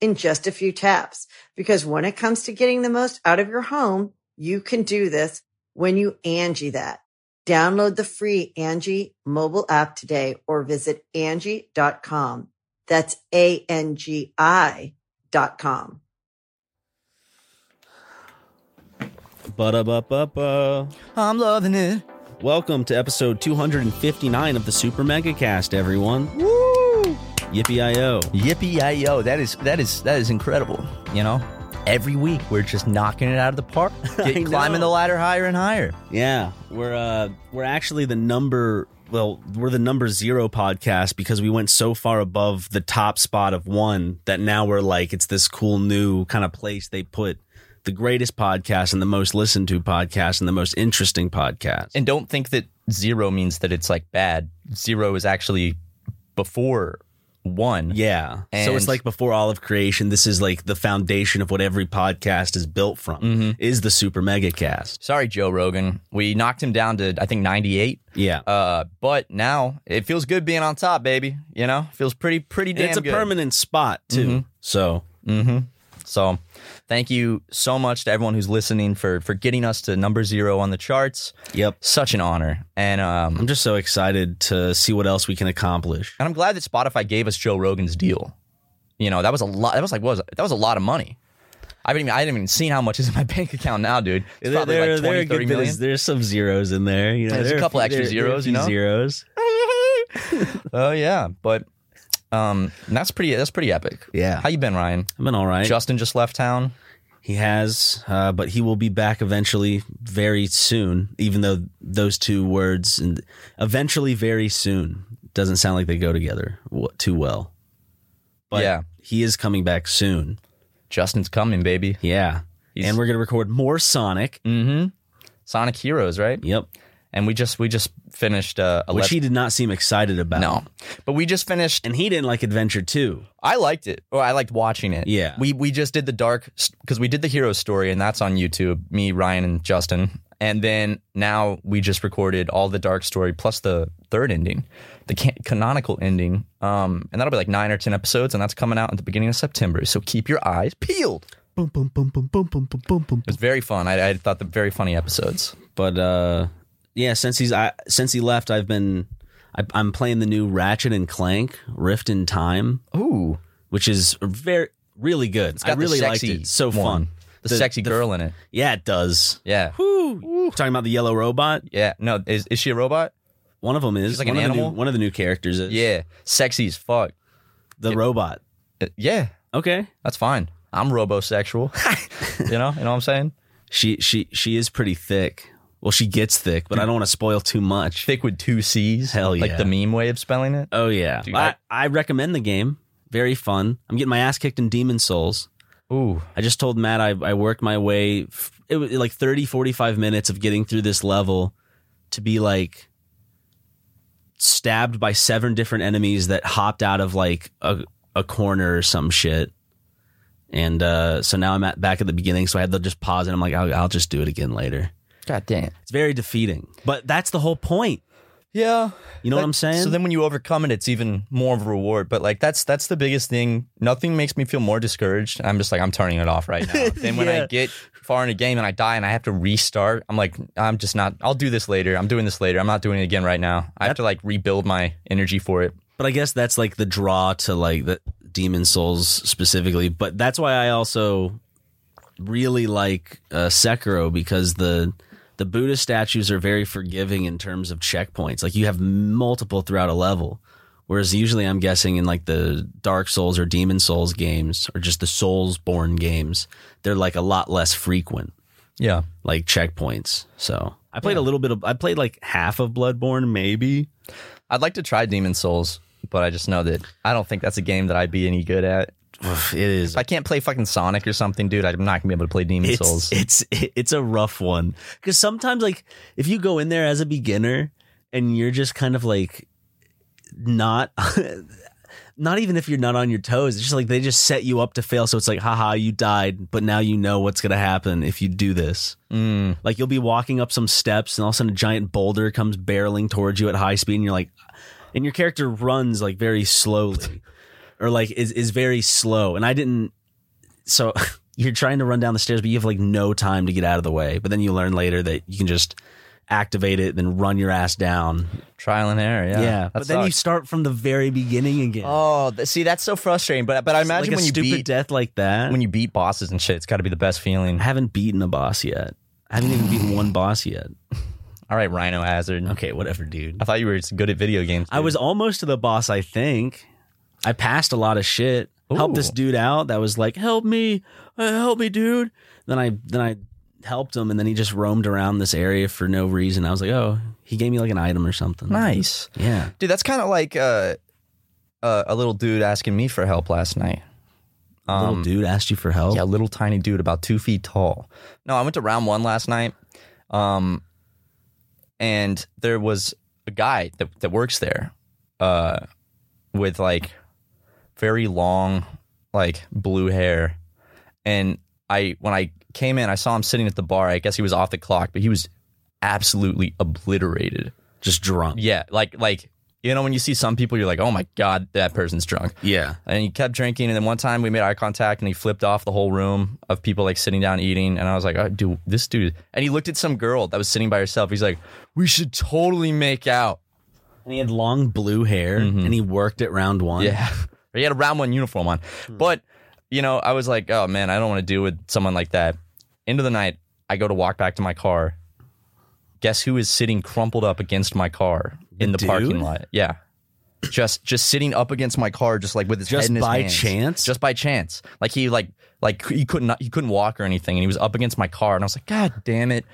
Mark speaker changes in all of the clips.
Speaker 1: in just a few taps. Because when it comes to getting the most out of your home, you can do this when you Angie that. Download the free Angie mobile app today or visit Angie.com. That's A-N-G-I dot com.
Speaker 2: Butta up up
Speaker 3: I'm loving it.
Speaker 2: Welcome to episode 259 of the Super Mega Cast, everyone. Woo! Yippee IO.
Speaker 3: Yippee yo, that is that is that is incredible. You know, every week we're just knocking it out of the park,
Speaker 2: I
Speaker 3: get,
Speaker 2: know.
Speaker 3: climbing the ladder higher and higher.
Speaker 2: Yeah, we're uh we're actually the number well, we're the number 0 podcast because we went so far above the top spot of 1 that now we're like it's this cool new kind of place they put the greatest podcast and the most listened to podcast and the most interesting podcast.
Speaker 3: And don't think that zero means that it's like bad. Zero is actually before one.
Speaker 2: Yeah. so
Speaker 3: And-
Speaker 2: it's like before all of creation, this is like the foundation of what every podcast is built from
Speaker 3: Mm-hmm.
Speaker 2: is the super mega cast.
Speaker 3: Sorry, Joe Rogan. We knocked him down to I think 98.
Speaker 2: Yeah.
Speaker 3: Uh, but now it feels good being on top, baby. You know, feels pretty pretty
Speaker 2: And
Speaker 3: damn
Speaker 2: it's a
Speaker 3: good. Mm-hmm.
Speaker 2: permanent spot too. So
Speaker 3: So, thank you so much to everyone who's listening for for getting us to number zero on the charts.
Speaker 2: Yep.
Speaker 3: Such an honor, and um,
Speaker 2: I'm just so excited to see what else we can accomplish.
Speaker 3: and I'm glad that Spotify gave us Joe Rogan's deal. You know, that was a lot. That was like what was it? that was a lot of money. I haven't even I haven't even seen how much is in my bank account now, dude. It's probably like 20, 30 million.
Speaker 2: there's, there's some zeros in there. You know,
Speaker 3: There's a
Speaker 2: there are
Speaker 3: couple
Speaker 2: few-
Speaker 3: extra
Speaker 2: there- there are a
Speaker 3: zeros, you
Speaker 2: few
Speaker 3: know?
Speaker 2: Zeros.
Speaker 3: Oh yeah, but um, and that's pretty. That's pretty epic.
Speaker 2: Yeah.
Speaker 3: How you been, Ryan?
Speaker 2: I've been all right.
Speaker 3: Justin just left town.
Speaker 2: He has, uh, but he will be back eventually, very soon. Even though those two words, and eventually, very soon, doesn't sound like they go together w- too well. But
Speaker 3: Yeah.
Speaker 2: he is coming back soon.
Speaker 3: Justin's coming, baby.
Speaker 2: Yeah, and we're gonna record more Sonic.
Speaker 3: Mm. Sonic Heroes, right?
Speaker 2: Yep,
Speaker 3: And we just we just finished uh, a
Speaker 2: which
Speaker 3: left-
Speaker 2: he did not seem excited about.
Speaker 3: no, but we just finished
Speaker 2: and he didn't like Adventure Two.
Speaker 3: I liked it. Or I liked watching it.
Speaker 2: Yeah.
Speaker 3: We we just did the dark because we did the hero story and that's on YouTube. Me, Ryan, and Justin. And then now we just recorded all the dark story plus the third ending, the can- canonical ending. Um, and that'll be like nine or ten episodes, and that's coming out at the beginning of September. So keep your eyes peeled.
Speaker 2: Boom, boom, boom, boom, boom, boom, boom, boom, boom.
Speaker 3: It was very fun. I, I thought the very funny episodes.
Speaker 2: But uh, yeah, since he's I, since he left, I've been I, I'm playing the new Ratchet and Clank Rift in Time.
Speaker 3: Ooh,
Speaker 2: which is very really good.
Speaker 3: got
Speaker 2: I
Speaker 3: the
Speaker 2: really liked
Speaker 3: sexy
Speaker 2: it. So
Speaker 3: one.
Speaker 2: fun.
Speaker 3: The, sexy girl in it.
Speaker 2: Yeah, it does.
Speaker 3: Yeah.
Speaker 2: Woo. Talking about the yellow robot.
Speaker 3: Yeah. No, is is she a robot?
Speaker 2: One of them is
Speaker 3: like
Speaker 2: one
Speaker 3: an
Speaker 2: of the new-
Speaker 3: animal?
Speaker 2: one of the new characters is
Speaker 3: Yeah. Sexy as fuck.
Speaker 2: the robot.
Speaker 3: Uh, Yeah.
Speaker 2: Okay.
Speaker 3: That's fine. I'm robosexual. you know, you know what I'm saying?
Speaker 2: She she she is pretty thick. Well, she gets thick, but I don't want to spoil too much.
Speaker 3: Thick with two C's.
Speaker 2: Hell
Speaker 3: Like
Speaker 2: yeah.
Speaker 3: the meme way of spelling it.
Speaker 2: Oh yeah. I, I recommend the game. Very fun. I'm getting my ass kicked in Demon Souls.
Speaker 3: Ooh.
Speaker 2: I just told Matt I, I worked my way f- it was like 30 45 minutes of getting through this level to be like stabbed by seven different enemies that hopped out of like a, a corner or some shit. And uh, so now I'm at back at the beginning, so I had to just pause and I'm like, I'll, I'll just do it again later.
Speaker 3: God damn.
Speaker 2: It's very defeating, but that's the whole point.
Speaker 3: Yeah.
Speaker 2: You know what I'm saying?
Speaker 3: So then when you overcome it, it's even more of a reward. But like that's that's the biggest thing. Nothing makes me feel more discouraged. I'm just like, I'm turning it off right now. then when I get far in a game and I die and I have to restart, I'm like, I'm just not I'll do this later. I'm doing this later. I'm not doing it again right now. I have to like rebuild my energy for it.
Speaker 2: But I guess that's like the draw to like the Demon Souls specifically. But that's why I also really like uh, Sekiro because the the Buddha statues are very forgiving in terms of checkpoints. Like you have multiple throughout a level. Whereas usually I'm guessing in like the Dark Souls or Demon Souls games or just the Souls born games, they're like a lot less frequent,
Speaker 3: Yeah.
Speaker 2: like checkpoints. So I played a little bit of I played like half of Bloodborne, maybe.
Speaker 3: I'd like to try Demon Souls, but I just know that I don't think that's a game that I'd be any good at.
Speaker 2: Oof, It is
Speaker 3: If I can't play fucking Sonic or something, dude, I'm not gonna be able to play Demon
Speaker 2: it's,
Speaker 3: Souls.
Speaker 2: It's it's a rough one because sometimes like if you go in there as a beginner and you're just kind of like not. Not even if you're not on your toes, it's just like they just set you up to fail. So it's like, haha, you died, but now you know what's gonna happen if you do this.
Speaker 3: Mm.
Speaker 2: Like you'll be walking up some steps, and all of a sudden a giant boulder comes barreling towards you at high speed, and you're like, and your character runs like very slowly, or like is is very slow. And I didn't, so you're trying to run down the stairs, but you have like no time to get out of the way. But then you learn later that you can just activate it, then run your ass down.
Speaker 3: Trial and error, yeah.
Speaker 2: Yeah,
Speaker 3: That
Speaker 2: but then you
Speaker 3: sucks.
Speaker 2: start from the very beginning again.
Speaker 3: Oh, th- see, that's so frustrating. But but I
Speaker 2: like
Speaker 3: imagine
Speaker 2: a
Speaker 3: when you
Speaker 2: stupid
Speaker 3: beat
Speaker 2: death like that.
Speaker 3: when you beat bosses and shit, it's got to be the best feeling.
Speaker 2: I haven't beaten a boss yet. I haven't even beaten one boss yet.
Speaker 3: All right, Rhino Hazard.
Speaker 2: Okay, whatever, dude.
Speaker 3: I thought you were just good at video games.
Speaker 2: I
Speaker 3: dude.
Speaker 2: was almost to the boss, I think. I passed a lot of shit. Helped this
Speaker 3: Ooh.
Speaker 2: dude out that was like, "Help me, Uh, help me, dude." Then I then I helped him, and then he just roamed around this area for no reason. I was like, "Oh, he gave me like an item or something."
Speaker 3: nice,
Speaker 2: yeah.
Speaker 3: dude. That's kind of like uh, uh, a little dude asking me for help last night.
Speaker 2: Little
Speaker 3: Um,
Speaker 2: dude asked you for help.
Speaker 3: Yeah, little tiny dude, about two feet tall. No, I went to round one last night, um, and there was a guy that that works there, uh, with like very long, like blue hair, and I when I came in, I saw him sitting at the bar. I guess he was off the clock, but he was absolutely obliterated.
Speaker 2: Just drunk.
Speaker 3: Yeah, like like you know when you see some people, you're like, oh my god, that person's drunk
Speaker 2: Yeah.
Speaker 3: and he kept drinking. And then one time we made eye contact, and he flipped off the whole room of people like sitting down eating. And I was like, oh, "Dude, this dude." And he looked at some girl that was sitting by herself. He's like, "We should totally make out."
Speaker 2: And he had long blue hair, and he worked at round one.
Speaker 3: Mm-hmm. Yeah, he had a round one uniform on. But you know, I was like, "Oh man, I don't want to deal with someone like that." End of the night, I go to walk back to my car. Guess who is sitting crumpled up against my car in the
Speaker 2: The
Speaker 3: parking
Speaker 2: dude?
Speaker 3: lot? Yeah. Just just sitting up against my car, just like with his head
Speaker 2: Just
Speaker 3: in his
Speaker 2: by
Speaker 3: hands.
Speaker 2: chance.
Speaker 3: just by chance. Like he like like he couldn't he couldn't walk or anything, and he was up against my car, and I was like, God damn it,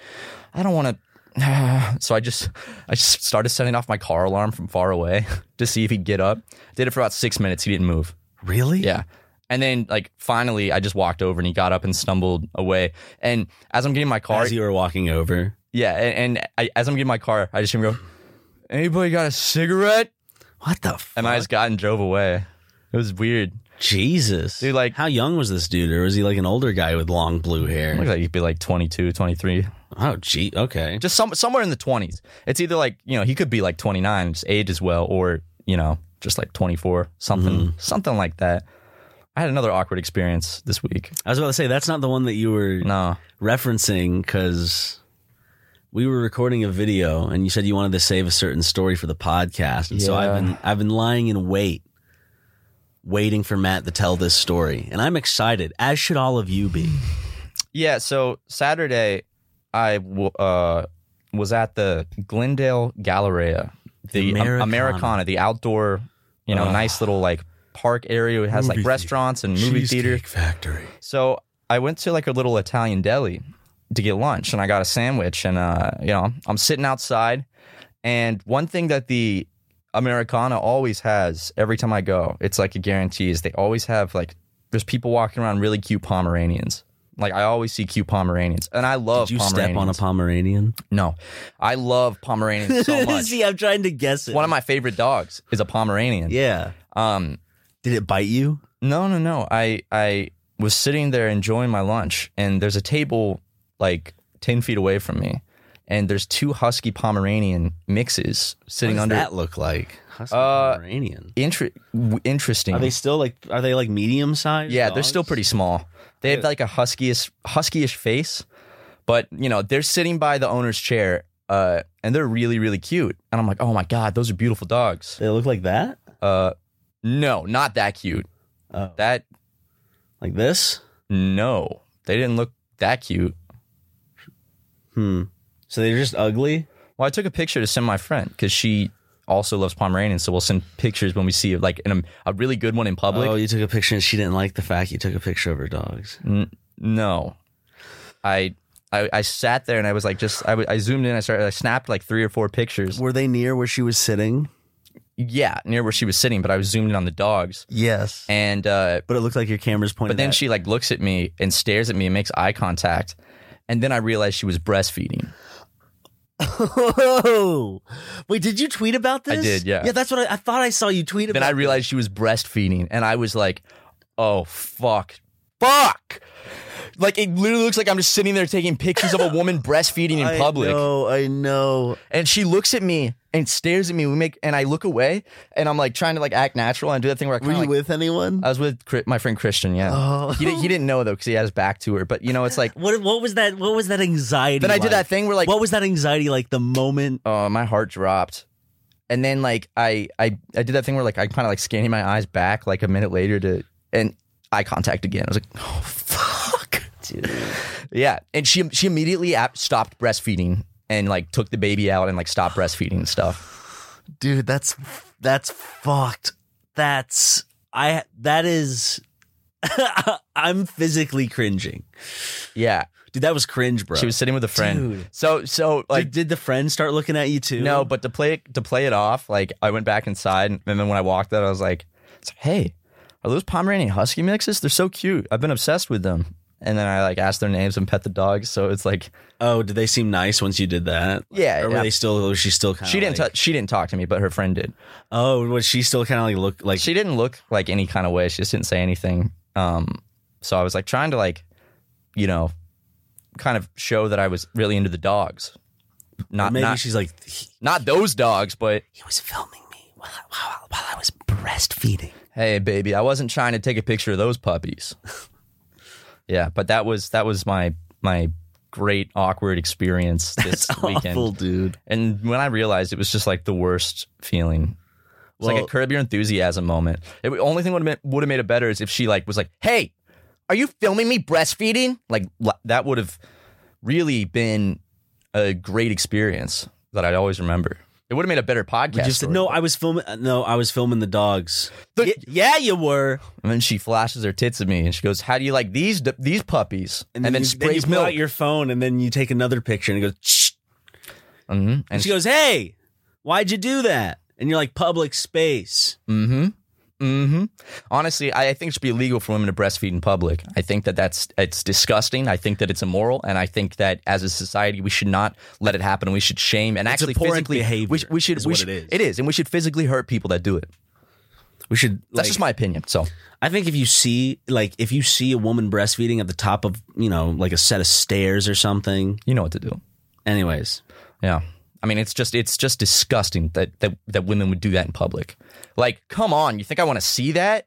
Speaker 3: I don't want to. So I just I just started setting off my car alarm from far away to see if he'd get up. Did it for about six minutes. He didn't move.
Speaker 2: Really?
Speaker 3: Yeah. And then like finally, I just walked over and he got up and stumbled away. And as I'm getting in my car,
Speaker 2: As you were walking over,
Speaker 3: yeah, and, and I, as I'm getting in my car, I just hear him go, "Anybody got a cigarette?"
Speaker 2: what the? Fuck?
Speaker 3: And I just got and drove away. It was weird.
Speaker 2: Jesus,
Speaker 3: Dude, like-
Speaker 2: how young was this dude, or was he like an older guy with long blue hair?
Speaker 3: Looks like he'd be like 22, 23.
Speaker 2: oh, gee, okay.
Speaker 3: just some somewhere in the 20s. It's either like, you know, he could be like 29, just age as well, or, you know, just like 24, something,
Speaker 2: Mm-hmm.
Speaker 3: something like that. I had another awkward experience this week.
Speaker 2: I was about to say that's not the one that you were
Speaker 3: No.
Speaker 2: referencing because we were recording a video and you said you wanted to save a certain story for the podcast, and so
Speaker 3: Yeah.
Speaker 2: I've been I've been lying in wait, waiting for Matt to tell this story, and I'm excited, as should all of you be.
Speaker 3: Yeah. So Saturday, I w- uh, was at the Glendale Galleria, the,
Speaker 2: The
Speaker 3: Americana.
Speaker 2: Americana.
Speaker 3: Americana, the outdoor, you know,
Speaker 2: Ugh.
Speaker 3: nice little like park area. It has
Speaker 2: Movie
Speaker 3: like
Speaker 2: theater.
Speaker 3: restaurants and movie theater.
Speaker 2: Factory.
Speaker 3: So I went to like a little Italian deli to get lunch and I got a sandwich and uh, you know, I'm sitting outside and one thing that the Americana always has every time I go, it's like a guarantee is they always have like there's people walking around really cute Pomeranians. Like I always see cute Pomeranians and I love
Speaker 2: Did you
Speaker 3: Pomeranians.
Speaker 2: step on a Pomeranian?
Speaker 3: No. I love Pomeranians so much.
Speaker 2: See, I'm trying to guess it.
Speaker 3: One of my favorite dogs is a Pomeranian.
Speaker 2: yeah.
Speaker 3: Um
Speaker 2: Did it bite you?
Speaker 3: No, no, no. I I was sitting there enjoying my lunch, and there's a table like ten feet away from me, and there's two husky Pomeranian mixes
Speaker 2: What
Speaker 3: sitting
Speaker 2: does
Speaker 3: under.
Speaker 2: that look like? Husky
Speaker 3: Uh,
Speaker 2: Pomeranian.
Speaker 3: Inter- w- interesting.
Speaker 2: Are they still like? Are they like medium sized?
Speaker 3: yeah, they're still pretty small. They have
Speaker 2: Yeah.
Speaker 3: like a huskyish huskyish face, but you know they're sitting by the owner's chair, uh, and they're really really cute. And I'm like, oh my god, those are beautiful dogs.
Speaker 2: They look like that.
Speaker 3: Uh, no, not that cute.
Speaker 2: Oh.
Speaker 3: That
Speaker 2: Like this?
Speaker 3: no, They didn't look that cute.
Speaker 2: Hmm. So they're just ugly.
Speaker 3: Well, I took a picture to send my friend because she also loves Pomeranians, so we'll send pictures when we see like an, a really good one in public.
Speaker 2: oh, you took a picture and she didn't like the fact you took a picture of her dogs.
Speaker 3: N- no, I, I I sat there and I was like, just I, w- I zoomed in. I started. I snapped like three or four pictures.
Speaker 2: Were they near where she was sitting?
Speaker 3: Yeah, near where she was sitting, but I was zoomed in on the dogs.
Speaker 2: Yes.
Speaker 3: And uh,
Speaker 2: But it looked like your camera's pointed.
Speaker 3: but then
Speaker 2: at-
Speaker 3: she like looks at me and stares at me and makes eye contact, and then I realized she was breastfeeding.
Speaker 2: Oh, wait! Did you tweet about
Speaker 3: I
Speaker 2: this?
Speaker 3: did, yeah.
Speaker 2: Yeah, that's what I, I thought. I saw you tweet about.
Speaker 3: Then I realized she was breastfeeding, and I was like, "Oh fuck, fuck!" Like it literally looks like I'm just sitting there taking pictures of a woman breastfeeding in public.
Speaker 2: I know. I know.
Speaker 3: and she looks at me and stares at me. We make and I look away and I'm like trying to like act natural and do that thing where I
Speaker 2: Were
Speaker 3: kind
Speaker 2: you
Speaker 3: of like,
Speaker 2: with anyone?
Speaker 3: I was with Chri- my friend Christian. Yeah,
Speaker 2: Oh.
Speaker 3: he didn't, he didn't know though because he had his back to her. But you know, it's like
Speaker 2: what What was that? What was that anxiety?
Speaker 3: then I did
Speaker 2: like?
Speaker 3: that thing where like
Speaker 2: what was that anxiety like? The moment.
Speaker 3: oh my heart dropped. And then like I I I did that thing where like I kind of like scanning my eyes back like a minute later to and eye contact again. I was like, oh fuck, dude. yeah, and she she immediately ap- stopped breastfeeding and like took the baby out and like stopped breastfeeding and stuff.
Speaker 4: dude that's that's fucked
Speaker 2: That's I. That is. I'm physically cringing,
Speaker 3: Yeah,
Speaker 2: dude. That was cringe, bro.
Speaker 3: She was sitting with a friend.
Speaker 2: Dude.
Speaker 3: So so
Speaker 2: like,
Speaker 3: like
Speaker 2: did, did the friend start looking at you too?
Speaker 3: no, but to play it to play it off, like I went back inside and then when I walked out, I was like, it's like, hey, are those Pomeranian Husky mixes? They're so cute. I've been obsessed with them. And then I like asked their names and pet the dogs. So it's like
Speaker 2: Oh, did they seem nice once you did that?
Speaker 3: Yeah,
Speaker 2: Or were
Speaker 3: yeah.
Speaker 2: they still? Was she still kind of?
Speaker 3: she didn't
Speaker 2: Like,
Speaker 3: tou- she didn't talk to me, but her friend did.
Speaker 2: oh, was she still kind of like look like?
Speaker 3: She didn't look like any kind of way. She just didn't say anything. Um, so I was like trying to like, you know, kind of show that I was really into the dogs. Not
Speaker 2: maybe
Speaker 3: not,
Speaker 2: she's like. He,
Speaker 3: not those dogs, but
Speaker 2: he was filming me while I, while, while I was breastfeeding.
Speaker 3: hey baby i wasn't trying to take a picture of those puppies yeah but that was that was my my great awkward experience this weekend
Speaker 2: Awful, dude.
Speaker 3: and when i realized it was just like the worst feeling it's like
Speaker 2: Well-
Speaker 3: a curb your enthusiasm moment the only thing would have would have made it better is if she like was like hey are you filming me breastfeeding like la- that would have really been a great experience that i'd always remember it would have made a better podcast
Speaker 2: You just said,
Speaker 3: story.
Speaker 2: no, I was filming. uh, No, I was filming the dogs.
Speaker 3: The-
Speaker 2: Y- yeah, you were.
Speaker 3: And then she flashes her tits at me and she goes, "How do you like these these puppies?" And, then,
Speaker 2: you,
Speaker 3: sprays
Speaker 2: you pull
Speaker 3: milk.
Speaker 2: out your phone, and then you take another picture, and it goes. "Shh."
Speaker 3: Mhm.
Speaker 2: And
Speaker 3: And
Speaker 2: she
Speaker 3: she,
Speaker 2: goes, "Hey, why'd you do that?" And you're like, "Public space."
Speaker 3: mm-hmm. Mm-hmm. Honestly, I, I think it should be illegal for women to breastfeed in public. I think that that's it's disgusting. I think that it's immoral, and I think that as a society we should not let it happen. We should shame and actually
Speaker 2: abhorrent
Speaker 3: physically
Speaker 2: behavior
Speaker 3: We, sh- we should.
Speaker 2: is
Speaker 3: we
Speaker 2: what
Speaker 3: should-
Speaker 2: it is.
Speaker 3: It is, and we should physically hurt people that do it.
Speaker 2: We should.
Speaker 3: That's
Speaker 2: like-
Speaker 3: just my opinion. So
Speaker 2: I think if you see like if you see a woman breastfeeding at the top of you know like a set of stairs or something.
Speaker 3: you know what to do.
Speaker 2: Anyways,
Speaker 3: Yeah. I mean, it's just it's just disgusting that that, that women would do that in public. Like, come on, you think I want to see that?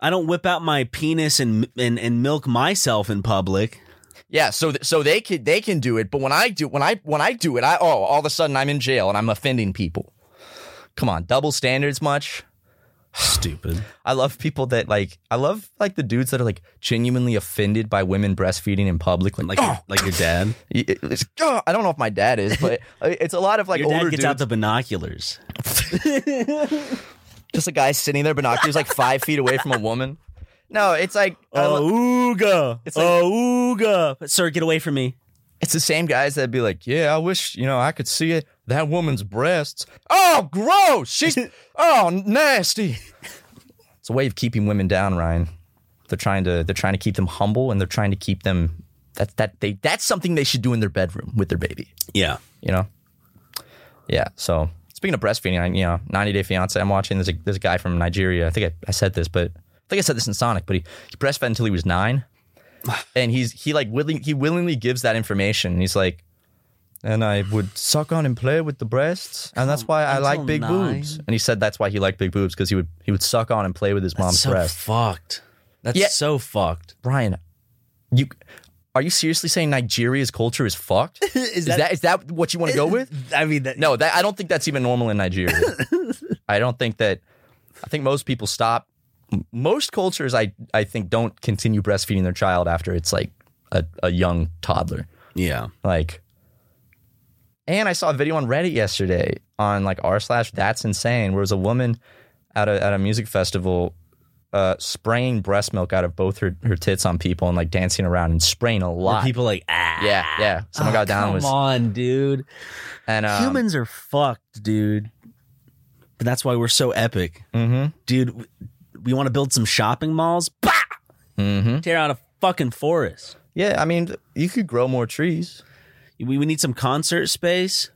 Speaker 2: I don't whip out my penis and and, and milk myself in public.
Speaker 3: Yeah, so th- so they can they can do it, but when I do when I when I do it, I oh all of a sudden I'm in jail and I'm offending people. Come on, double standards much?
Speaker 2: Stupid.
Speaker 3: I love people that like I love like the dudes that are like genuinely offended by women breastfeeding in public. Like,
Speaker 2: Like your, like your dad.
Speaker 3: y- it- it's, oh, I don't know if my dad is, but uh, it's a lot of like
Speaker 2: Your dad
Speaker 3: older
Speaker 2: gets
Speaker 3: dudes.
Speaker 2: out the binoculars.
Speaker 3: just a guy sitting there, binoculars like five feet away from a woman. No, it's like I
Speaker 2: Oh,
Speaker 3: lo-
Speaker 2: ooga.
Speaker 3: like-
Speaker 2: ooga. Sir, get away from me.
Speaker 3: It's the same guys that'd be like, "Yeah, I wish you know I could see it. That woman's breasts. Oh, gross. She's oh nasty." It's a way of keeping women down, Ryan. They're trying to they're trying to keep them humble and they're trying to keep them that that they that's something they should do in their bedroom with their baby.
Speaker 2: Yeah.
Speaker 3: You know. Yeah. So speaking of breastfeeding, I, you know, 90 Day Fiance. I'm watching. There's a there's a guy from Nigeria. I think I, I said this, but I think I said this in Sonic. But he, he breastfed until he was nine, and he's he like willing he willingly gives that information. And he's like, and I would suck on and play with the breasts, and that's why I
Speaker 2: until
Speaker 3: like big
Speaker 2: nine?
Speaker 3: boobs. And he said that's why he liked big boobs because he would he would suck on and play with his mom's
Speaker 2: so
Speaker 3: breasts.
Speaker 2: fucked. That's
Speaker 3: Yeah.
Speaker 2: so fucked.
Speaker 3: Brian, you. Are you seriously saying Nigeria's culture is fucked? is,
Speaker 2: that-
Speaker 3: that is that what you want to go with?
Speaker 2: I mean, that,
Speaker 3: No, that I don't think that's even normal in Nigeria. I don't think that. I think most people stop m- most cultures I I think don't continue breastfeeding their child after it's like a, a young toddler.
Speaker 2: Yeah.
Speaker 3: Like, and I saw a video on Reddit yesterday on like r slash that's insane, where it was a woman at a at a music festival uh, spraying breast milk out of both her, her tits on people and like dancing around and spraying a
Speaker 2: Were
Speaker 3: lot.
Speaker 2: people like ah.
Speaker 3: yeah, yeah. Someone got down
Speaker 2: Come
Speaker 3: with
Speaker 2: on, dude.
Speaker 3: and um,
Speaker 2: Humans are fucked, dude. But that's why we're so epic,
Speaker 3: Mm-hmm.
Speaker 2: dude. w- We want to build some shopping malls. Bah!
Speaker 3: Mm-hmm.
Speaker 2: Tear out a fucking forest.
Speaker 3: Yeah, I mean, th- you could grow more trees.
Speaker 2: We, we need some concert space.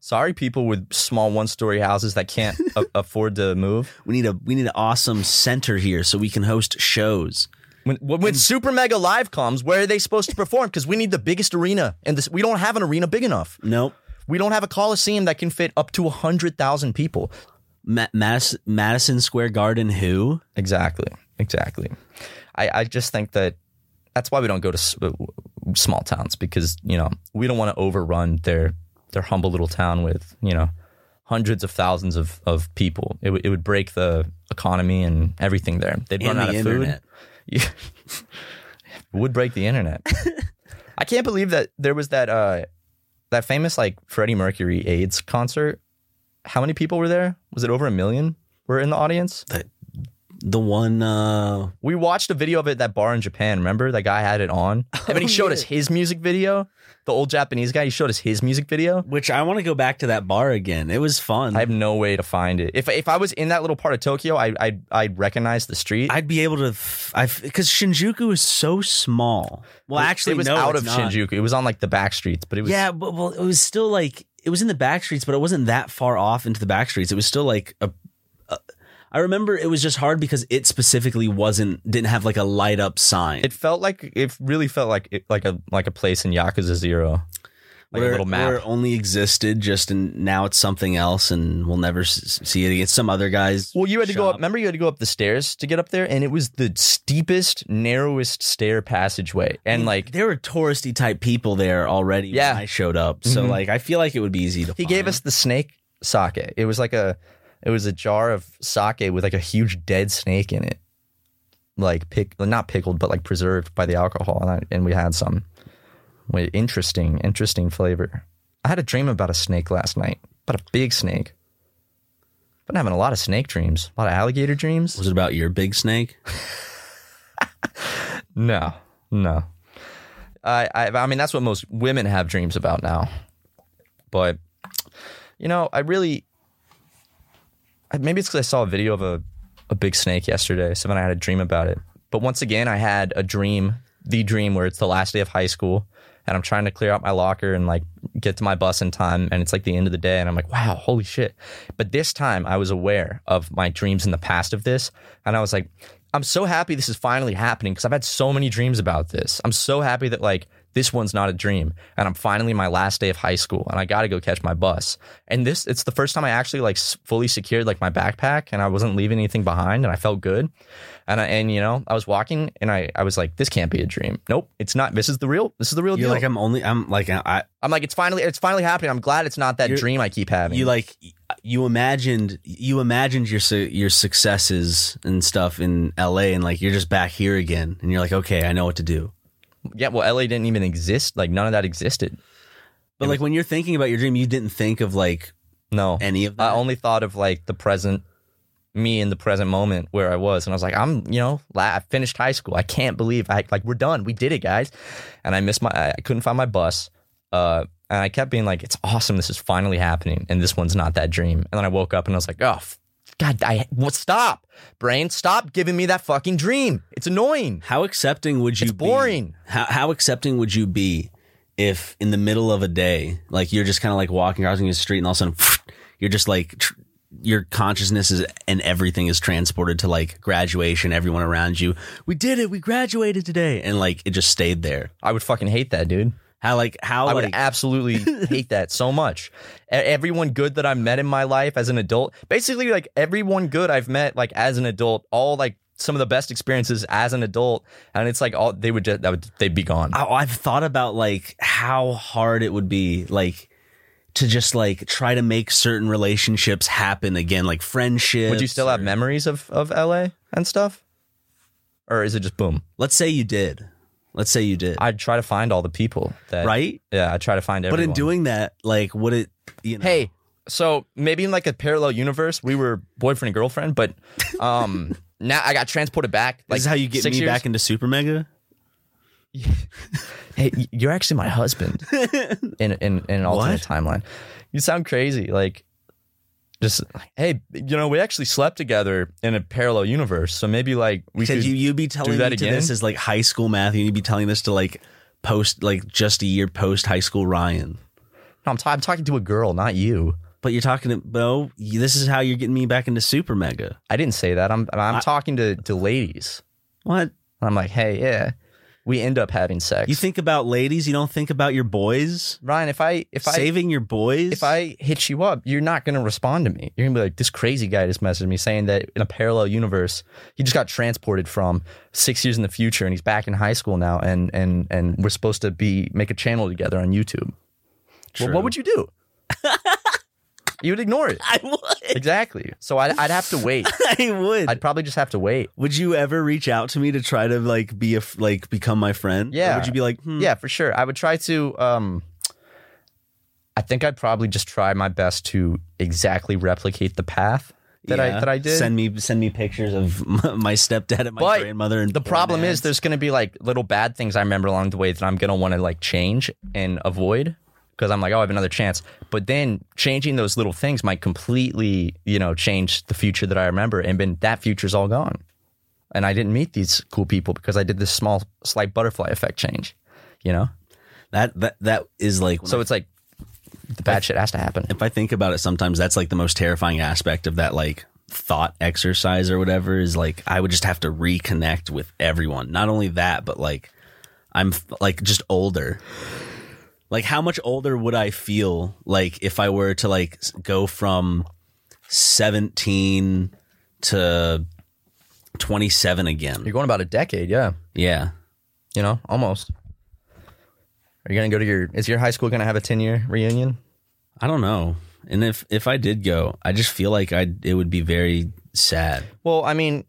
Speaker 3: Sorry, people with small one-story houses that can't a- afford to move.
Speaker 2: We need a we need an awesome center here so we can host shows.
Speaker 3: When, when, when Super Mega Live comes, where are they supposed to perform? Because we need the biggest arena, and this, we don't have an arena big enough.
Speaker 2: Nope.
Speaker 3: We don't have a coliseum that can fit up to hundred thousand people.
Speaker 2: Ma- Madison, Madison Square Garden. Who?
Speaker 3: Exactly. Exactly. I, I just think that that's why we don't go to s- uh, small towns because you know we don't want to overrun their their humble little town with you know hundreds of thousands of of people. It, would it would break the economy and everything there. They'd run
Speaker 2: And
Speaker 3: out
Speaker 2: the
Speaker 3: of
Speaker 2: internet.
Speaker 3: food. Yeah. it would break the internet. I can't believe that there was that uh that famous like Freddie Mercury AIDS concert. How many people were there? Was it over a million? Were in the audience?
Speaker 2: The one. Uh,
Speaker 3: We watched a video of it at that bar in Japan. Remember that guy had it on, and then
Speaker 2: Oh,
Speaker 3: he showed us his music video. The old Japanese guy. He showed us his music video.
Speaker 2: which I want to go back to that bar again. It was fun.
Speaker 3: I have no way to find it. If if I was in that little part of Tokyo, I I I'd recognize the street.
Speaker 2: I'd be able to. F- I because Shinjuku is so small. Well,
Speaker 3: It-
Speaker 2: actually,
Speaker 3: it was
Speaker 2: no,
Speaker 3: out
Speaker 2: it's
Speaker 3: of
Speaker 2: not.
Speaker 3: Shinjuku. It was on like the back streets, but it was
Speaker 2: Yeah, but well, it was still like it was in the back streets, but it wasn't that far off into the back streets. It was still like a. a- I remember it was just hard because it specifically wasn't didn't have like a light up sign.
Speaker 3: It felt like it really felt like it, like a like a place in Yakuza Zero, like
Speaker 2: Where-
Speaker 3: a little map.
Speaker 2: where it only existed just and now it's something else and we'll never s- see it again. Some other guys.
Speaker 3: Well, you had to go
Speaker 2: shop.
Speaker 3: up. Remember, you had to go up the stairs to get up there, and it was the steepest, narrowest stair passageway, and like
Speaker 2: there were touristy type people there already.
Speaker 3: Yeah.
Speaker 2: when I showed up, so
Speaker 3: Mhm.
Speaker 2: like I feel like it would be easy to.
Speaker 3: He gave
Speaker 2: find.
Speaker 3: us the snake sake. It was like a it was a jar of sake with like a huge dead snake in it. Like pick not pickled but like preserved by the alcohol and, I, and we had some Wait, interesting interesting flavor. I had a dream about a snake last night. About a big snake. Been having a lot of snake dreams, a lot of alligator dreams.
Speaker 2: Was it about your big snake?
Speaker 3: No, no. I, I, I mean, that's what most women have dreams about now. But you know, I really I- maybe it's because I saw a video of a a big snake yesterday, so then I had a dream about it. But once again, I had a dream, the dream where it's the last day of high school, and I'm trying to clear out my locker and like get to my bus in time, and it's like the end of the day, and I'm like, wow, holy shit! But this time, I was aware of my dreams in the past of this, and I was like, I'm so happy this is finally happening because I've had so many dreams about this. I'm so happy that like this one's not a dream and i'm finally my last day of high school and i gotta go catch my bus and this it's the first time i actually like s- fully secured like my backpack and i wasn't leaving anything behind and i felt good and i and you know i was walking and i i was like this can't be a dream nope it's not this is the real this is the real
Speaker 2: You're
Speaker 3: deal
Speaker 2: like I'm only I'm like I
Speaker 3: i'm like it's finally it's finally happening i'm glad it's not that
Speaker 2: You're-
Speaker 3: dream i keep having
Speaker 2: you like you imagined you imagined your su- your successes and stuff in LA and like you're just back here again and you're like okay I know what to do.
Speaker 3: yeah well la didn't even exist like none of that existed
Speaker 2: But like when you're thinking about your dream you didn't think of like
Speaker 3: no
Speaker 2: any of that.
Speaker 3: I only thought of like the present me in the present moment where I was, and I was like, I'm, you know, la- I finished high school. I can't believe I like we're done. We did it, guys. And I missed my. I I couldn't find my bus. Uh, and I kept being like, it's awesome. This is finally happening, and this one's not that dream. And then I woke up and I was like, oh. f- God, I well, stop, brain, stop giving me that fucking dream. It's annoying.
Speaker 2: how accepting would you
Speaker 3: It's
Speaker 2: be-
Speaker 3: boring.
Speaker 2: how how accepting would you be if in the middle of a day like you're just kind of like walking across the street and all of a sudden you're just like tr- your consciousness is and everything is transported to like graduation everyone around you we did it we graduated today and like it just stayed there
Speaker 3: I would fucking hate that, dude.
Speaker 2: how like how
Speaker 3: I
Speaker 2: like
Speaker 3: would absolutely hate that so much. E- Everyone good that I met in my life as an adult, basically like everyone good I've met like as an adult, all like some of the best experiences as an adult, and it's like all they would just that would they'd be gone.
Speaker 2: I, I've thought about like how hard it would be like to just like try to make certain relationships happen again, like friendships.
Speaker 3: Would you still have
Speaker 2: or-
Speaker 3: memories of, of LA and stuff? Or is it just boom?
Speaker 2: Let's say you did. Let's say you did.
Speaker 3: I'd try to find all the people that
Speaker 2: right?
Speaker 3: Yeah, I try to find everyone.
Speaker 2: But in doing that, like, would it? You know,
Speaker 3: hey, so maybe in like a parallel universe, we were boyfriend and girlfriend, but um now I got transported back. Like
Speaker 2: this is how you get
Speaker 3: six
Speaker 2: me
Speaker 3: years.
Speaker 2: back into Super Mega.
Speaker 3: Hey, y- you're actually my husband in in, in an alternate timeline. You sound crazy. Like, just hey, you know, we actually slept together in a parallel universe. So maybe like we
Speaker 2: Could
Speaker 3: could.
Speaker 2: you you be telling
Speaker 3: that
Speaker 2: me to
Speaker 3: again?
Speaker 2: this is like high school Matthew? You'd be telling this to like post like just a year post high school Ryan.
Speaker 3: no, I'm, t- I'm talking to a girl, not you.
Speaker 2: But you're talking to Bo. you- This is how you're getting me back into Super Mega.
Speaker 3: I didn't say that. I'm I'm talking to to ladies.
Speaker 2: What
Speaker 3: And I'm like, hey, yeah, we end up having sex.
Speaker 2: you think about ladies? You don't think about your boys
Speaker 3: Ryan? If I if I
Speaker 2: saving your boys.
Speaker 3: if I hit you up, you're not going to respond to me. You're going to be like, this crazy guy just messaged me saying that in a parallel universe, he just got transported from six years in the future and he's back in high school now and and and we're supposed to be make a channel together on YouTube. Well,
Speaker 2: True.
Speaker 3: what would you do? you would ignore it.
Speaker 2: I would.
Speaker 3: Exactly. So I'd, I'd have to wait.
Speaker 2: I would.
Speaker 3: I'd probably just have to wait.
Speaker 2: would you ever reach out to me to try to like be a f- like become my friend? Or
Speaker 3: Yeah.
Speaker 2: would you be like, hmm,
Speaker 3: Yeah, for sure. I would try to. Um, I think I'd probably just try my best to exactly replicate the path that I
Speaker 2: yeah,
Speaker 3: that I did.
Speaker 2: Send me send me pictures of my, my stepdad and my
Speaker 3: But
Speaker 2: grandmother. And
Speaker 3: the problem
Speaker 2: and
Speaker 3: is there's going to be like little bad things I remember along the way that I'm going to want to like change and avoid because I'm like, oh, I have another chance. But then changing those little things might completely, you know, change the future that I remember, and then that future's all gone. And I didn't meet these cool people because I did this small, slight butterfly effect change, you know.
Speaker 2: that that that is like when
Speaker 3: So it's like the bad shit has to happen.
Speaker 2: if I think about it, sometimes that's like the most terrifying aspect of that like thought exercise or whatever is like I would just have to reconnect with everyone. Not only that, but like I'm f- like just older. Like how much older would I feel like if I were to like s- go from 17 to 27 again?
Speaker 3: You're going about a decade, yeah.
Speaker 2: Yeah.
Speaker 3: You know, almost. Are you gonna go to your? Is your high school gonna have a ten year reunion?
Speaker 2: I don't know. And if if I did go, I just feel like I it would be very sad.
Speaker 3: Well, I mean,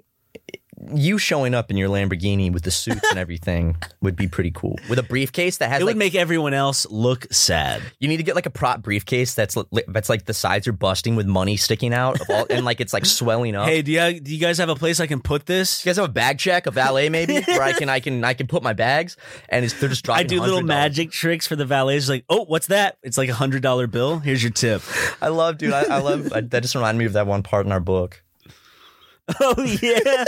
Speaker 3: you showing up in your Lamborghini with the suits and everything would be pretty cool. With a briefcase that has,
Speaker 2: It
Speaker 3: like,
Speaker 2: would make everyone else look sad.
Speaker 3: you need to get like a prop briefcase that's li- that's like the sides are busting with money sticking out of all, and like it's like swelling up.
Speaker 2: Hey, do you, do you guys have a place I can put this?
Speaker 3: You guys have a bag check, a valet maybe, where I can I can I can put my bags, and it's, they're just
Speaker 2: I
Speaker 3: dropping.
Speaker 2: do little
Speaker 3: $100.
Speaker 2: magic tricks for the valets. Like, oh, what's that? It's like a hundred dollar bill. Here's your tip.
Speaker 3: I love, dude. I, I love I, that. Just reminded me of that one part in our book.
Speaker 2: oh yeah.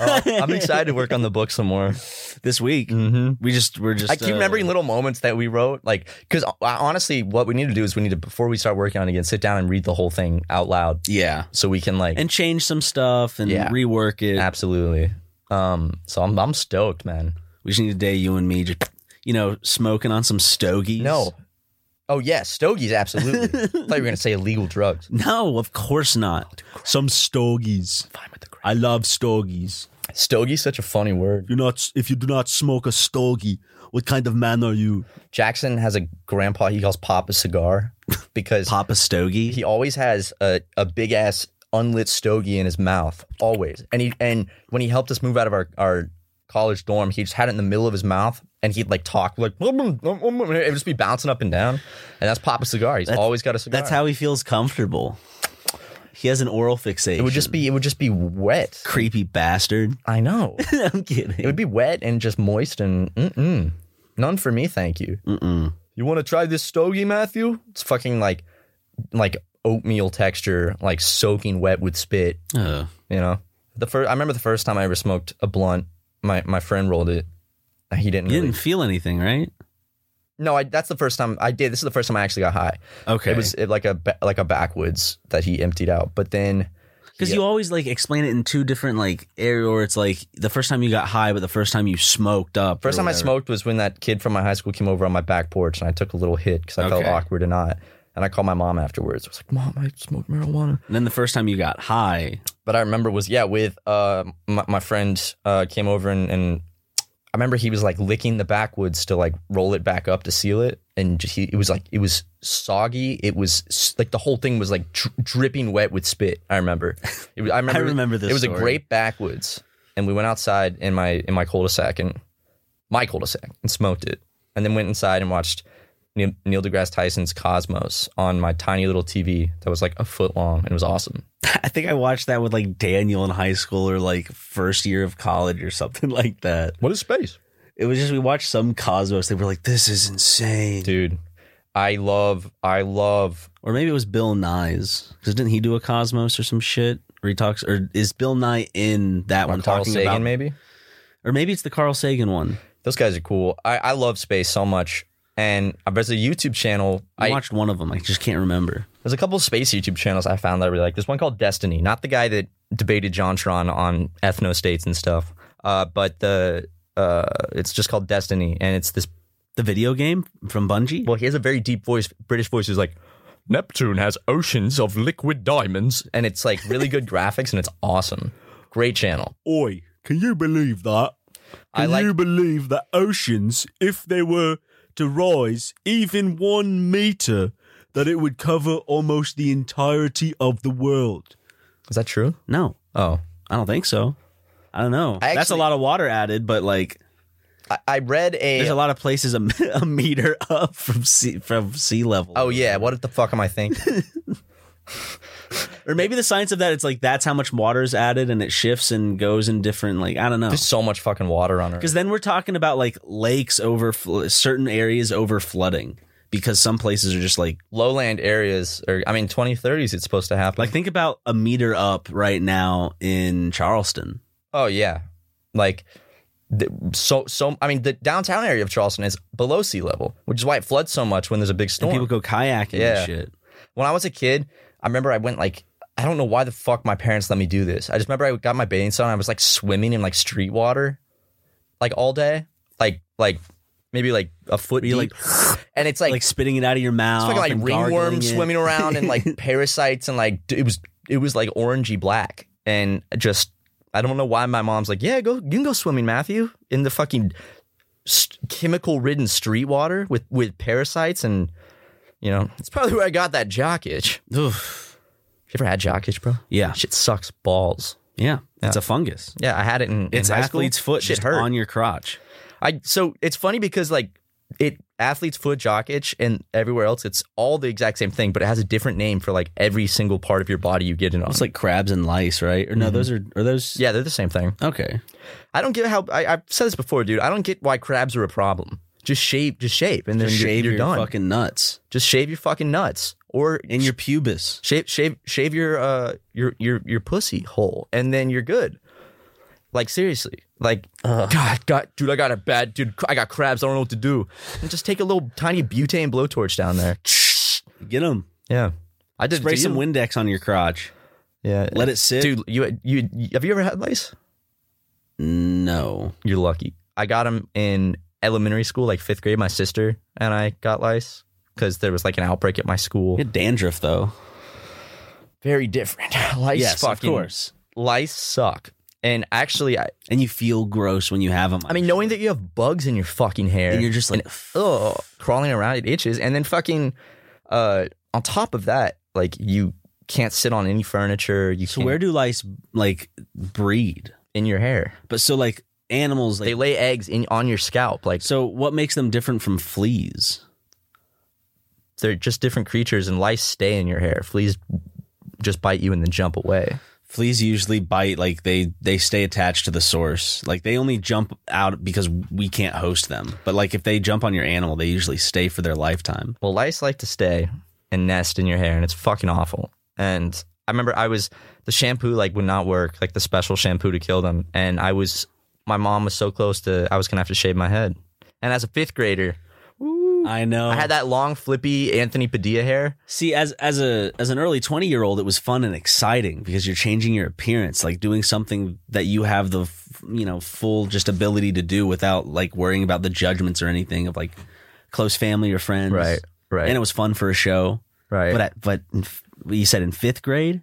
Speaker 3: Oh, I'm excited to work on the book some more.
Speaker 2: this week
Speaker 3: Mm-hmm.
Speaker 2: Mm. we just we're just.
Speaker 3: I keep
Speaker 2: uh,
Speaker 3: remembering little moments that we wrote, like because honestly, what we need to do is we need to before we start working on it again, sit down and read the whole thing out loud,
Speaker 2: Yeah,
Speaker 3: so we can like
Speaker 2: and change some stuff and
Speaker 3: Yeah.
Speaker 2: rework it.
Speaker 3: absolutely. Um, so I'm I'm stoked, man.
Speaker 2: We just need a day you and me just you know smoking on some stogies.
Speaker 3: No, oh yes, stogies, absolutely. I thought you were gonna say illegal drugs.
Speaker 2: no, of course not. Some stogies.
Speaker 3: Fine with the
Speaker 2: I love stogies.
Speaker 3: Stogie's such a funny word.
Speaker 2: You're not if you do not smoke a stogie. What kind of man are you?
Speaker 3: Jackson has a grandpa he calls Papa Cigar because
Speaker 2: Papa stogie.
Speaker 3: he always has a, a big ass unlit stogie in his mouth always and he and when he helped us move out of our, our college dorm he just had it in the middle of his mouth and he'd like talk like "Um, um, um, um," and it would just be bouncing up and down and that's papa cigar he's always got a cigar
Speaker 2: That's how he feels comfortable. He has an oral fixation.
Speaker 3: it would just be it would just be wet
Speaker 2: creepy bastard.
Speaker 3: i know it
Speaker 2: I'm kidding.
Speaker 3: would be wet and just moist and mm-mm. none for me thank you
Speaker 2: Mm-mm.
Speaker 3: you want to try this stogie matthew it's fucking like like oatmeal texture like soaking wet with spit
Speaker 2: Uh,
Speaker 3: You know, the first I remember the first time I ever smoked a blunt. My my friend rolled it. He didn't.
Speaker 2: you
Speaker 3: Really,
Speaker 2: didn't feel anything, right?
Speaker 3: no, I, that's the first time I did. This is the first time I actually got high.
Speaker 2: Okay,
Speaker 3: It was it, like a ba- like a backwoods that he emptied out. But then
Speaker 2: because
Speaker 3: yeah.
Speaker 2: you always like explain it in two different like area, or it's like the first time you got high, but the first time you smoked up.
Speaker 3: first
Speaker 2: or
Speaker 3: time I
Speaker 2: whatever.
Speaker 3: smoked was when that kid from my high school came over on my back porch and I took a little hit because I felt
Speaker 2: Okay.
Speaker 3: awkward and not. And I called my mom afterwards. I was like, "Mom, I smoked marijuana."
Speaker 2: and then the first time you got high.
Speaker 3: but I remember was yeah with uh my, my friend uh came over and and I remember he was like licking the backwoods to like roll it back up to seal it and just, he, it was like it was soggy. It was s- like the whole thing was like dri- dripping wet with spit. I remember. It was, I remember.
Speaker 2: remember this
Speaker 3: It was
Speaker 2: story.
Speaker 3: a grape backwoods, and we went outside in my in my cul-de-sac and my cul-de-sac and smoked it, and then went inside and watched Neil, Neil deGrasse Tyson's Cosmos on my tiny little TV that was like a foot long and it was awesome.
Speaker 2: I think I watched that with like Daniel in high school or like first year of college or something like that.
Speaker 3: What is space?
Speaker 2: It was just we watched some Cosmos. They were like, "This is insane,"
Speaker 3: Dude, I love I love
Speaker 2: or maybe it was Bill Nye's because didn't he do a Cosmos or some shit? Or he talks, or is Bill Nye in that one
Speaker 3: Carl
Speaker 2: talking
Speaker 3: Sagan
Speaker 2: about?
Speaker 3: maybe.
Speaker 2: Or maybe it's the Carl Sagan one. You
Speaker 3: Those guys are cool. I, I love space so much. And uh, there's a YouTube channel.
Speaker 2: I
Speaker 3: I,
Speaker 2: watched one of them. I just can't remember.
Speaker 3: there's a couple of space YouTube channels I found that I really like. There's one called Destiny, not the guy that debated Jontron on ethno states and stuff, uh, but the uh, it's just called Destiny, and it's this.
Speaker 2: The video game from Bungie.
Speaker 3: Well, he has a very deep voice, British voice, who's like. Neptune has oceans of liquid diamonds, and it's like really good graphics, and it's awesome. Great channel.
Speaker 2: Oi, can you believe that?
Speaker 3: I like
Speaker 2: believe that oceans, if they were to rise even one meter, that it would cover almost the entirety of the world?
Speaker 3: Is that true?
Speaker 2: No,
Speaker 3: Oh.
Speaker 2: I don't think so. I don't know.
Speaker 3: I
Speaker 2: That's a
Speaker 3: actually-
Speaker 2: lot of water added, but like
Speaker 3: I, I read a
Speaker 2: there's a lot of places a, a meter up from sea, from sea level.
Speaker 3: Oh yeah, what the fuck am I thinking?
Speaker 2: Or maybe the science of that it's like that's how much water is added and it shifts and goes in different like I don't know.
Speaker 3: There's so much fucking water on Earth.
Speaker 2: Because then we're talking about like lakes over certain areas over flooding because some places are just like
Speaker 3: Lowland areas or I mean 2030s it's supposed to happen.
Speaker 2: Like think about a meter up right now in Charleston.
Speaker 3: oh yeah. Like the, so so I mean the downtown area of Charleston is below sea level, which is why it floods so much when there's a big
Speaker 2: And
Speaker 3: storm.
Speaker 2: people go kayaking
Speaker 3: Yeah.
Speaker 2: and shit.
Speaker 3: when I was a kid, I remember I went like I don't know why the fuck my parents let me do this. I just remember I got my bathing suit and I was like swimming in like street water, like all day, like like maybe like a foot
Speaker 2: Were you,
Speaker 3: deep, and it's like
Speaker 2: Like spitting it out of your mouth.
Speaker 3: It's fucking
Speaker 2: and
Speaker 3: like ringworms
Speaker 2: gargling it.
Speaker 3: swimming around and like parasites and like d- it was it was like orangey black and just I don't know why my mom's like yeah go you can go swimming Matthew in the fucking st- chemical ridden street water with with parasites and you know it's probably where I got that jock itch.
Speaker 2: Oof.
Speaker 3: You ever had jock itch, bro?
Speaker 2: Yeah.
Speaker 3: Shit sucks balls.
Speaker 2: Yeah. It's a fungus.
Speaker 3: Yeah, I had it in, in
Speaker 2: It's
Speaker 3: high school.
Speaker 2: athlete's foot
Speaker 3: Shit
Speaker 2: just
Speaker 3: hurt.
Speaker 2: on your crotch.
Speaker 3: I so it's funny because like it athlete's foot, jock itch, and everywhere else, it's all the exact same thing, but it has a different name for like every single part of your body you get it on.
Speaker 2: It's like crabs and lice, right? Or no, those are are those
Speaker 3: Mm-hmm. yeah, they're the same thing.
Speaker 2: Okay.
Speaker 3: I don't get how I, I've said this before, dude. I don't get why crabs are a problem. Just shave, just shave, and then
Speaker 2: Just
Speaker 3: you're,
Speaker 2: shave
Speaker 3: you're
Speaker 2: your
Speaker 3: done.
Speaker 2: fucking nuts.
Speaker 3: just shave your fucking nuts or
Speaker 2: And your pubis.
Speaker 3: shave, shave, shave your uh your your your pussy hole, and then you're good. Like seriously, like God, God, dude, I got a bad dude. I got crabs. I don't know what to do. And just take a little tiny butane blowtorch down there.
Speaker 2: Get them.
Speaker 3: Yeah, I did.
Speaker 2: Spray
Speaker 3: do
Speaker 2: some
Speaker 3: you?
Speaker 2: Windex on your crotch.
Speaker 3: Yeah,
Speaker 2: Let it sit.
Speaker 3: dude. You, you you have you ever had lice?
Speaker 2: No.
Speaker 3: You're lucky. I got them in elementary school, like fifth grade. My sister and I got lice because there was like an outbreak at my school.
Speaker 2: You had dandruff though.
Speaker 3: Very different. Lice,
Speaker 2: yes,
Speaker 3: fucking
Speaker 2: of course.
Speaker 3: lice suck. And actually, I,
Speaker 2: And you feel gross when you have them.
Speaker 3: I mean, knowing that you have bugs in your fucking hair,
Speaker 2: and you're just like
Speaker 3: oh, crawling around, it itches, and then fucking, uh, on top of that, like you can't sit on any furniture. You
Speaker 2: So
Speaker 3: can't,
Speaker 2: where do lice like breed?
Speaker 3: in your hair.
Speaker 2: But so like animals like
Speaker 3: they lay eggs in on your scalp. Like
Speaker 2: so what makes them different from fleas?
Speaker 3: they're just different creatures, and lice stay in your hair. Fleas just bite you and then jump away.
Speaker 2: Fleas usually bite like they they stay attached to the source. Like they only jump out because we can't host them. But like if they jump on your animal, they usually stay for their lifetime.
Speaker 3: Well, lice like to stay and nest in your hair, and it's fucking awful. And I remember I was the shampoo like would not work, like the special shampoo to kill them. And I was my mom was so close to I was gonna have to shave my head. And as a fifth grader,
Speaker 2: I know.
Speaker 3: I had that long flippy Anthony Padilla hair.
Speaker 2: See, as as a as an early twenty year old, it was fun and exciting because you're changing your appearance, like doing something that you have the f- you know full just ability to do without like worrying about the judgments or anything of like close family or friends.
Speaker 3: Right, right.
Speaker 2: And it was fun for a show.
Speaker 3: Right.
Speaker 2: But at, but in, f- you said in fifth grade.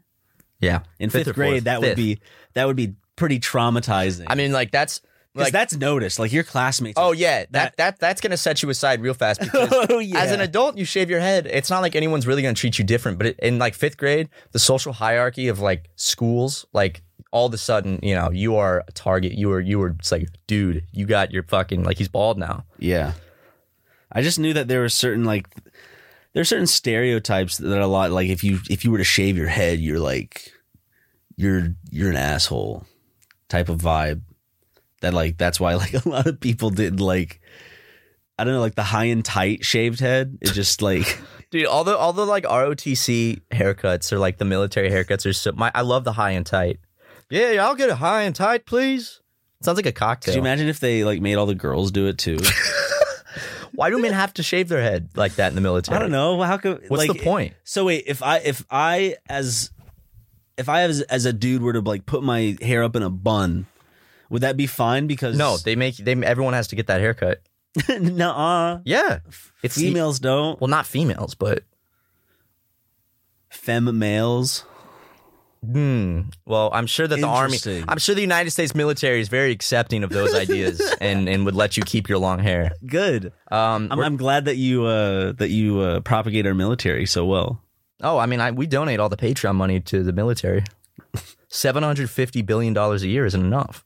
Speaker 3: yeah.
Speaker 2: In
Speaker 3: Fifth
Speaker 2: fifth,
Speaker 3: or
Speaker 2: grade,
Speaker 3: fourth?
Speaker 2: that would
Speaker 3: Fifth.
Speaker 2: be that would be pretty traumatizing.
Speaker 3: I mean, like that's
Speaker 2: Because
Speaker 3: Like-
Speaker 2: that's noticed. Like your classmates.
Speaker 3: Oh yeah, that,
Speaker 2: That-
Speaker 3: that that's gonna set you aside real fast because
Speaker 2: oh yeah.
Speaker 3: as an adult you shave your head. It's not like anyone's really gonna treat you different. But it, in like fifth grade, the social hierarchy of like schools, like all of a sudden, you know, you are a target. You are you were it's like, dude, you got your fucking like he's bald now.
Speaker 2: Yeah. I just knew that there were certain like there are certain stereotypes that are a lot like if you if you were to shave your head, you're like you're you're an asshole type of vibe. That like that's why like a lot of people did like I don't know, like the high and tight shaved head. It just like
Speaker 3: Dude, all the all the like ROTC haircuts or like the military haircuts are so my I love the high and tight. Yeah, yeah, I'll get a high and tight, please. Sounds like a
Speaker 2: could
Speaker 3: cocktail.
Speaker 2: you imagine if they like made all the girls do it too?
Speaker 3: Why do men have to shave their head like that in the military?
Speaker 2: I don't know. How could
Speaker 3: What's
Speaker 2: like,
Speaker 3: the point?
Speaker 2: So wait, if I if I as if I as as a dude were to like put my hair up in a bun, would that be fine? Because
Speaker 3: No, they make they everyone has to get that haircut.
Speaker 2: nuh-uh.
Speaker 3: Yeah, it's
Speaker 2: females don't.
Speaker 3: Well, not females, but
Speaker 2: Fem males.
Speaker 3: hmm. Well, I'm sure that the army,
Speaker 2: Interesting.
Speaker 3: I'm sure the United States military is very accepting of those ideas and and would let you keep your long hair.
Speaker 2: Good.
Speaker 3: Um,
Speaker 2: I'm,
Speaker 3: we're-
Speaker 2: I'm glad that you uh that you uh, propagate our military so well.
Speaker 3: oh, I mean, I, we donate all the Patreon money to the military. Seven hundred fifty billion dollars a year isn't enough.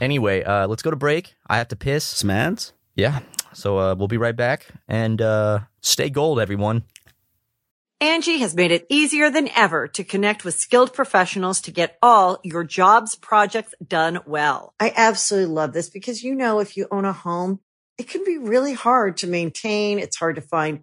Speaker 3: Anyway, uh, let's go to break. I have to piss.
Speaker 2: Smads.
Speaker 3: Yeah, so uh, we'll be right back and uh, stay gold, everyone.
Speaker 1: Angie has made it easier than ever to connect with skilled professionals to get all your jobs projects done well. I absolutely love this because, you know, if you own a home, it can be really hard to maintain. It's hard to find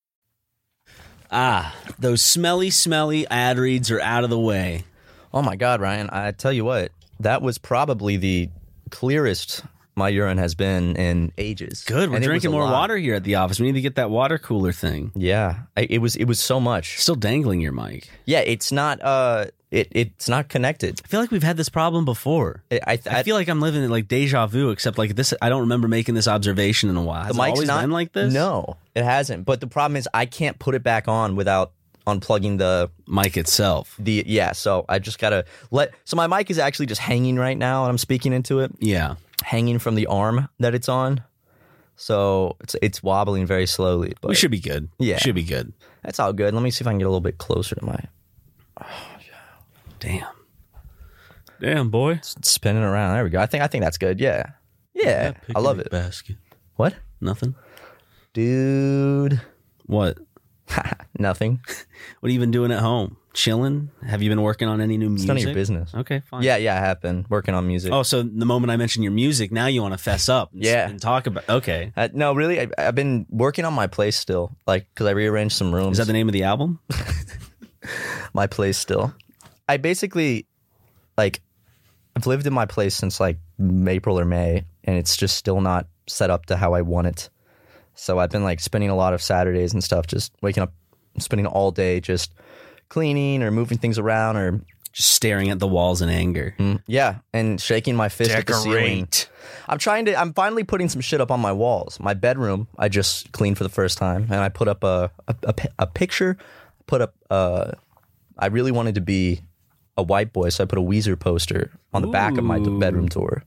Speaker 2: Ah, those smelly, smelly ad reads are out of the way.
Speaker 3: Oh my God, Ryan! I tell you what, that was probably the clearest my urine has been in ages.
Speaker 2: Good. We're
Speaker 3: And it was
Speaker 2: drinking
Speaker 3: a
Speaker 2: more
Speaker 3: lot.
Speaker 2: water here at the office. We need to get that water cooler thing.
Speaker 3: Yeah, I, it was. It was so much.
Speaker 2: Still dangling your mic.
Speaker 3: Yeah, it's not. Uh, it it's not connected.
Speaker 2: I feel like we've had this problem before.
Speaker 3: I I,
Speaker 2: I feel like I'm living in like deja vu, except like this. I don't remember making this observation in a while. Has
Speaker 3: the
Speaker 2: it
Speaker 3: mic's
Speaker 2: always
Speaker 3: not
Speaker 2: been like this.
Speaker 3: No, it hasn't. But the problem is, I can't put it back on without unplugging the
Speaker 2: mic itself.
Speaker 3: the yeah. So I just gotta let. So my mic is actually just hanging right now, and I'm speaking into it,
Speaker 2: Yeah,
Speaker 3: hanging from the arm that it's on. So it's it's wobbling very slowly. But
Speaker 2: we should be good.
Speaker 3: Yeah.
Speaker 2: we should be good.
Speaker 3: That's all good. Let me see if I can get a little bit closer to my
Speaker 2: Damn, damn boy.
Speaker 3: it's spinning around. There we go. I think I think that's good. Yeah. Yeah. I love it.
Speaker 2: Basket.
Speaker 3: What?
Speaker 2: Nothing.
Speaker 3: Dude.
Speaker 2: What?
Speaker 3: Nothing.
Speaker 2: What have you been doing at home? Chilling? Have you been working on any new
Speaker 3: It's
Speaker 2: music?
Speaker 3: none of your business.
Speaker 2: Okay, fine.
Speaker 3: Yeah, yeah, I have been working on music.
Speaker 2: Oh, so the moment I mention your music, now you want to fess up? And s-
Speaker 3: Yeah.
Speaker 2: And talk about. Okay.
Speaker 3: Uh, no, really, I, I've been working on my place still, like because I rearranged some rooms.
Speaker 2: Is that the name of the album?
Speaker 3: my place still? I basically, like, I've lived in my place since like April or May, and it's just still not set up to how I want it. So I've been like spending a lot of Saturdays and stuff, just waking up, spending all day just cleaning or moving things around or
Speaker 2: just staring at the walls in anger.
Speaker 3: Yeah, and shaking my fist at the ceiling. I'm trying to. I'm finally putting some shit up on my walls. My bedroom, I just cleaned for the first time, and I put up a a, a pi- a picture. Put up. Uh, I really wanted to be a white boy, so I put a Weezer poster on the back of my d- bedroom door,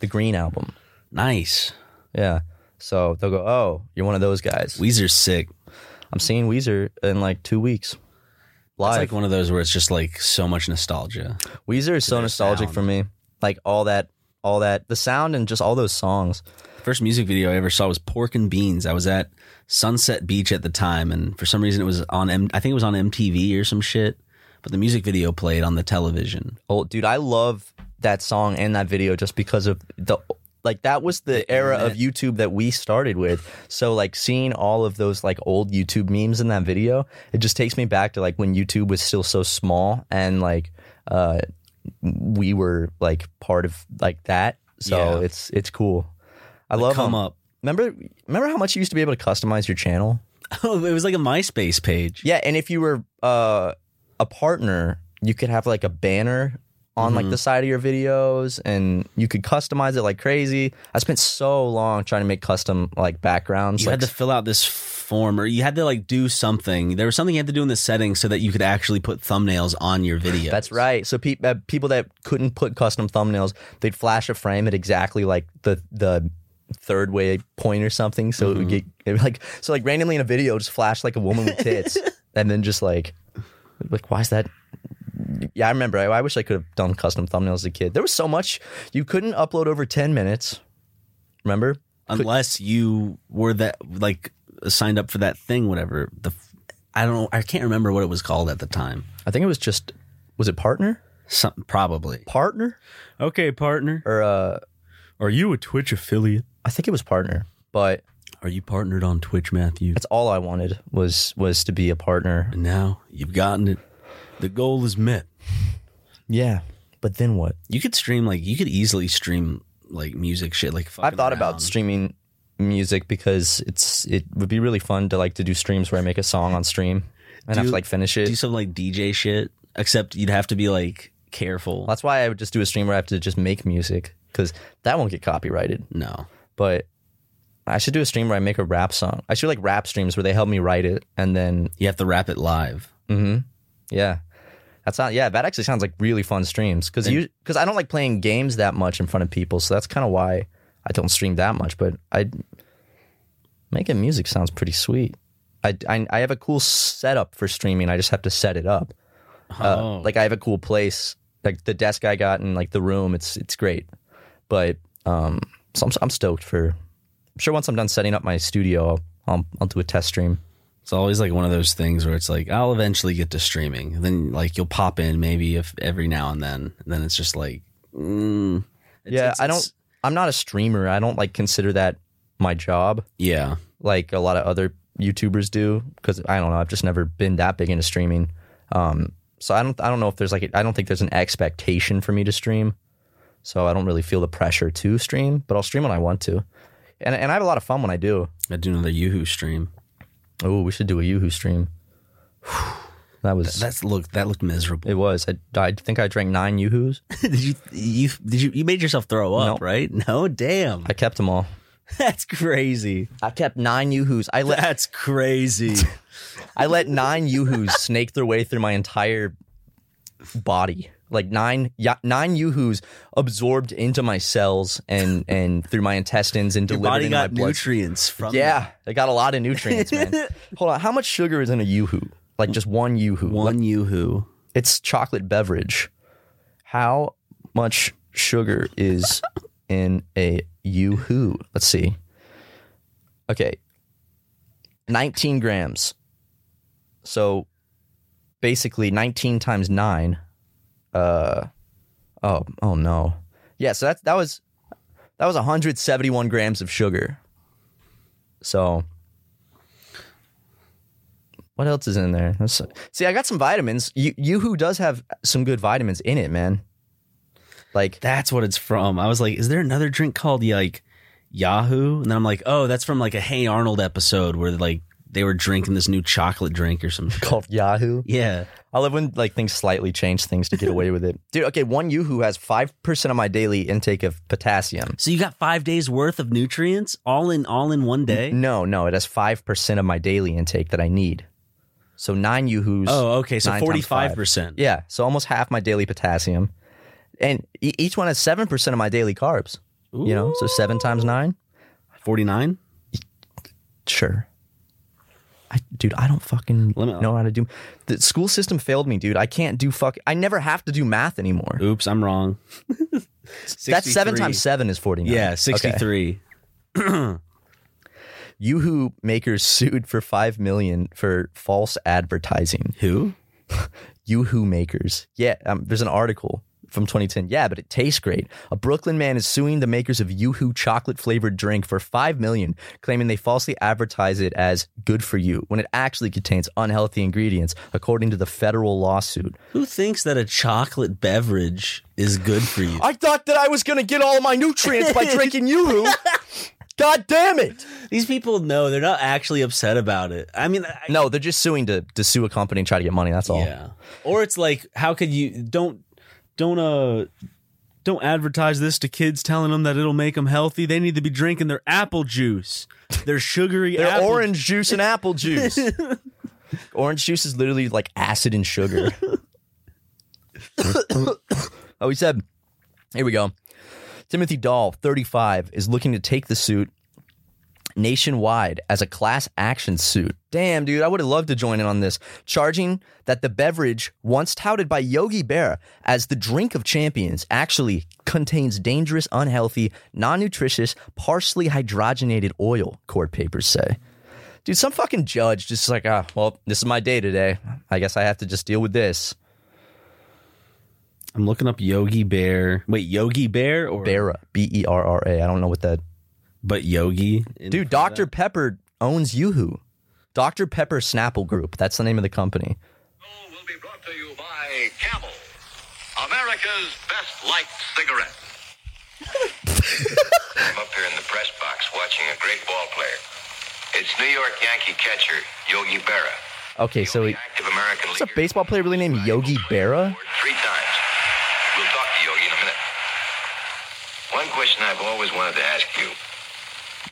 Speaker 3: the Green album.
Speaker 2: Nice.
Speaker 3: Yeah. So they'll go, "Oh, you're one of those guys."
Speaker 2: Weezer's sick.
Speaker 3: I'm seeing Weezer in like two weeks.
Speaker 2: It's
Speaker 3: Live.
Speaker 2: like one of those where it's just like so much nostalgia.
Speaker 3: Weezer is so nostalgic for me. Like all that, all that, the sound and just all those songs.
Speaker 2: First music video I ever saw was Pork and Beans. I was at Sunset Beach at the time, and for some reason it was on. M- I think it was on MTV or some shit. But the music video played on the television.
Speaker 3: Oh, dude, I love that song and that video just because of the like that was the era of YouTube that we started with. So like seeing all of those like old YouTube memes in that video, it just takes me back to like when YouTube was still so small and like uh we were like part of like that. So
Speaker 2: Yeah.
Speaker 3: it's it's cool. I love
Speaker 2: Come
Speaker 3: um,
Speaker 2: up.
Speaker 3: Remember remember how much you used to be able to customize your channel?
Speaker 2: Oh, it was like a MySpace page.
Speaker 3: Yeah, and if you were uh, a partner, you could have like a banner on like
Speaker 2: Mm-hmm.
Speaker 3: the side of your videos, and you could customize it like crazy. I spent so long trying to make custom like backgrounds.
Speaker 2: You
Speaker 3: like,
Speaker 2: had to fill out this form, or you had to like do something. There was something you had to do in the settings so that you could actually put thumbnails on your video.
Speaker 3: that's right. So pe- uh, people that couldn't put custom thumbnails, they'd flash a frame at exactly like the the third way point or something. So it would get it would, like so like randomly in a video, just flash like a woman with tits, and then just like like why is that yeah, I remember. I, I wish I could have done custom thumbnails as a kid. There was so much you couldn't upload over ten minutes. Remember?
Speaker 2: unless you were that like signed up for that thing, whatever the. f- I don't. I can't remember what it was called at the time.
Speaker 3: I think it was just was it partner,
Speaker 2: Some probably.
Speaker 3: partner,
Speaker 2: Okay, partner.
Speaker 3: or uh,
Speaker 2: Are you a Twitch affiliate?
Speaker 3: I think it was partner. But
Speaker 2: Are you partnered on Twitch, Matthew?
Speaker 3: that's all I wanted was was to be a partner.
Speaker 2: And now you've gotten it. The goal is met.
Speaker 3: Yeah, but then what?
Speaker 2: You could stream like you could easily stream like music shit. Like fucking
Speaker 3: I've thought
Speaker 2: around.
Speaker 3: about streaming music because it's it would be really fun to like to do streams where I make a song on stream and have
Speaker 2: Do-
Speaker 3: to like finish
Speaker 2: do
Speaker 3: it.
Speaker 2: some like DJ shit. Except you'd have to be like careful.
Speaker 3: That's why I would just do a stream where I have to just make music because that won't get copyrighted.
Speaker 2: No,
Speaker 3: But I should do a stream where I make a rap song. I should do, like rap streams where they help me write it and then
Speaker 2: you have to rap it live.
Speaker 3: yeah. That's not yeah, that actually sounds like really fun streams cuz you cuz I don't like playing games that much in front of people. So that's kind of why I don't stream that much, but I making music sounds pretty sweet. I, I, I have a cool setup for streaming. I just have to set it up. Uh, Like I have a cool place, like the desk I got and like the room. It's it's great, but um, so I'm, I'm stoked for. I'm sure once I'm done setting up my studio, I'll I'll, I'll do a test stream.
Speaker 2: It's always like one of those things where it's like I'll eventually get to streaming. Then like you'll pop in maybe if every now and then. And then it's just like, mm, It's-
Speaker 3: yeah,
Speaker 2: it's-
Speaker 3: I don't.
Speaker 2: it's-
Speaker 3: I'm not a streamer. I don't like consider that my job
Speaker 2: yeah.
Speaker 3: like a lot of other YouTubers do because I don't know. I've just never been that big into streaming. Um, so I don't. I don't know if there's like. A, I don't think there's an expectation for me to stream. So I don't really feel the pressure to stream, but I'll stream when I want to, and and I have a lot of fun when I do.
Speaker 2: I do another YooHoo stream.
Speaker 3: Oh, we should do a YooHoo stream. That was
Speaker 2: That's look that looked miserable.
Speaker 3: it. Was I? I think I drank nine YooHoos.
Speaker 2: did you you did you you made yourself throw up right? No, damn,
Speaker 3: I kept them all.
Speaker 2: that's crazy.
Speaker 3: I kept nine YooHoos. I let
Speaker 2: That's crazy.
Speaker 3: I let nine YooHoos snake their way through my entire body. Like nine ya- nine YooHoos absorbed into my cells and and through my intestines and
Speaker 2: Your
Speaker 3: delivered
Speaker 2: body
Speaker 3: into my
Speaker 2: got
Speaker 3: blood.
Speaker 2: nutrients from
Speaker 3: Yeah, I got a lot of nutrients, man. Hold on, how much sugar is in a YooHoo? Like just one YooHoo.
Speaker 2: one YooHoo.
Speaker 3: it's chocolate beverage. How much sugar is in a yoo-hoo? Let's see. Okay. 19 grams. So basically 19 times 9 uh oh oh no. Yeah, so that that was that was 171 grams of sugar. So what else is in there? That's, see, I got some vitamins. You Yoo-Hoo does have some good vitamins in it, man. Like
Speaker 2: That's what it's from. I was like, is there another drink called like Yahoo? And then I'm like, oh, that's from like a Hey Arnold episode where like they were drinking this new chocolate drink or something.
Speaker 3: called Yahoo.
Speaker 2: Yeah.
Speaker 3: I love when like things slightly change things to get away with it. Dude, okay, one Yahoo has 5% of my daily intake of potassium.
Speaker 2: So you got five days worth of nutrients all in all in one day.
Speaker 3: No, no, it has 5% of my daily intake that I need. So nine Yoo-Hoos.
Speaker 2: Oh, okay. So
Speaker 3: nine times
Speaker 2: forty five
Speaker 3: five.
Speaker 2: percent.
Speaker 3: Yeah, so almost half my daily potassium. And e- each one has 7% of my daily carbs. You know, so seven times nine?
Speaker 2: Forty nine.
Speaker 3: Sure. I, dude, I don't fucking
Speaker 2: Let me-
Speaker 3: know how to do. The school system failed me, dude. I can't do fuck. I never have to do math anymore.
Speaker 2: Oops, I'm wrong.
Speaker 3: That's
Speaker 2: 63.
Speaker 3: seven times seven is 49.
Speaker 2: Yeah, sixty
Speaker 3: Okay.
Speaker 2: three.
Speaker 3: Yoo-Hoo makers sued for five million for false advertising.
Speaker 2: Who?
Speaker 3: Yoo-Hoo makers. Yeah, um, there's an article from 2010. Yeah, but it tastes great. A Brooklyn man is suing the makers of Yoo-Hoo chocolate flavored drink for five million, claiming they falsely advertise it as good for you when it actually contains unhealthy ingredients, according to the federal lawsuit.
Speaker 2: Who thinks that a chocolate beverage is good for you?
Speaker 3: I thought that I was gonna get all my nutrients by drinking Yoo-Hoo. God damn it!
Speaker 2: These people know they're not actually upset about it. I mean, I,
Speaker 3: No, they're just suing to to sue a company and try to get money. That's all.
Speaker 2: yeah. Or it's like, how could you don't don't uh don't advertise this to kids, telling them that it'll make them healthy. They need to be drinking their apple juice, their sugary,
Speaker 3: They're
Speaker 2: apple
Speaker 3: orange juice and apple juice. orange juice is literally like acid and sugar. oh, he said, here we go. Timothy Dahl, 35, is looking to take the suit nationwide as a class action suit. Damn, dude, I would have loved to join in on this. Charging that the beverage, once touted by Yogi Berra as the drink of champions, actually contains dangerous, unhealthy, non nutritious, partially hydrogenated oil, court papers say. Dude, some fucking judge just like, ah, well, this is my day today. I guess I have to just deal with this.
Speaker 2: I'm looking up Yogi Bear. Wait, Yogi Bear or
Speaker 3: Berra, B E R R A. I don't know what that.
Speaker 2: but Yogi? in
Speaker 3: Dude,
Speaker 2: front
Speaker 3: Dr.
Speaker 2: of
Speaker 3: Pepper owns Yoo-Hoo. Dr. Pepper Snapple Group. That's the name of the company.
Speaker 5: show will be brought to you by Camel, America's best light cigarette.
Speaker 6: I'm up here in the press box watching a great ball player. It's New York Yankee catcher Yogi Berra.
Speaker 3: Okay, so he,
Speaker 6: Active American
Speaker 3: it's a
Speaker 6: leaguer.
Speaker 3: baseball player really named Yogi Berra?
Speaker 6: Three times. We'll talk to Yogi in a minute. One question I've always wanted to ask you.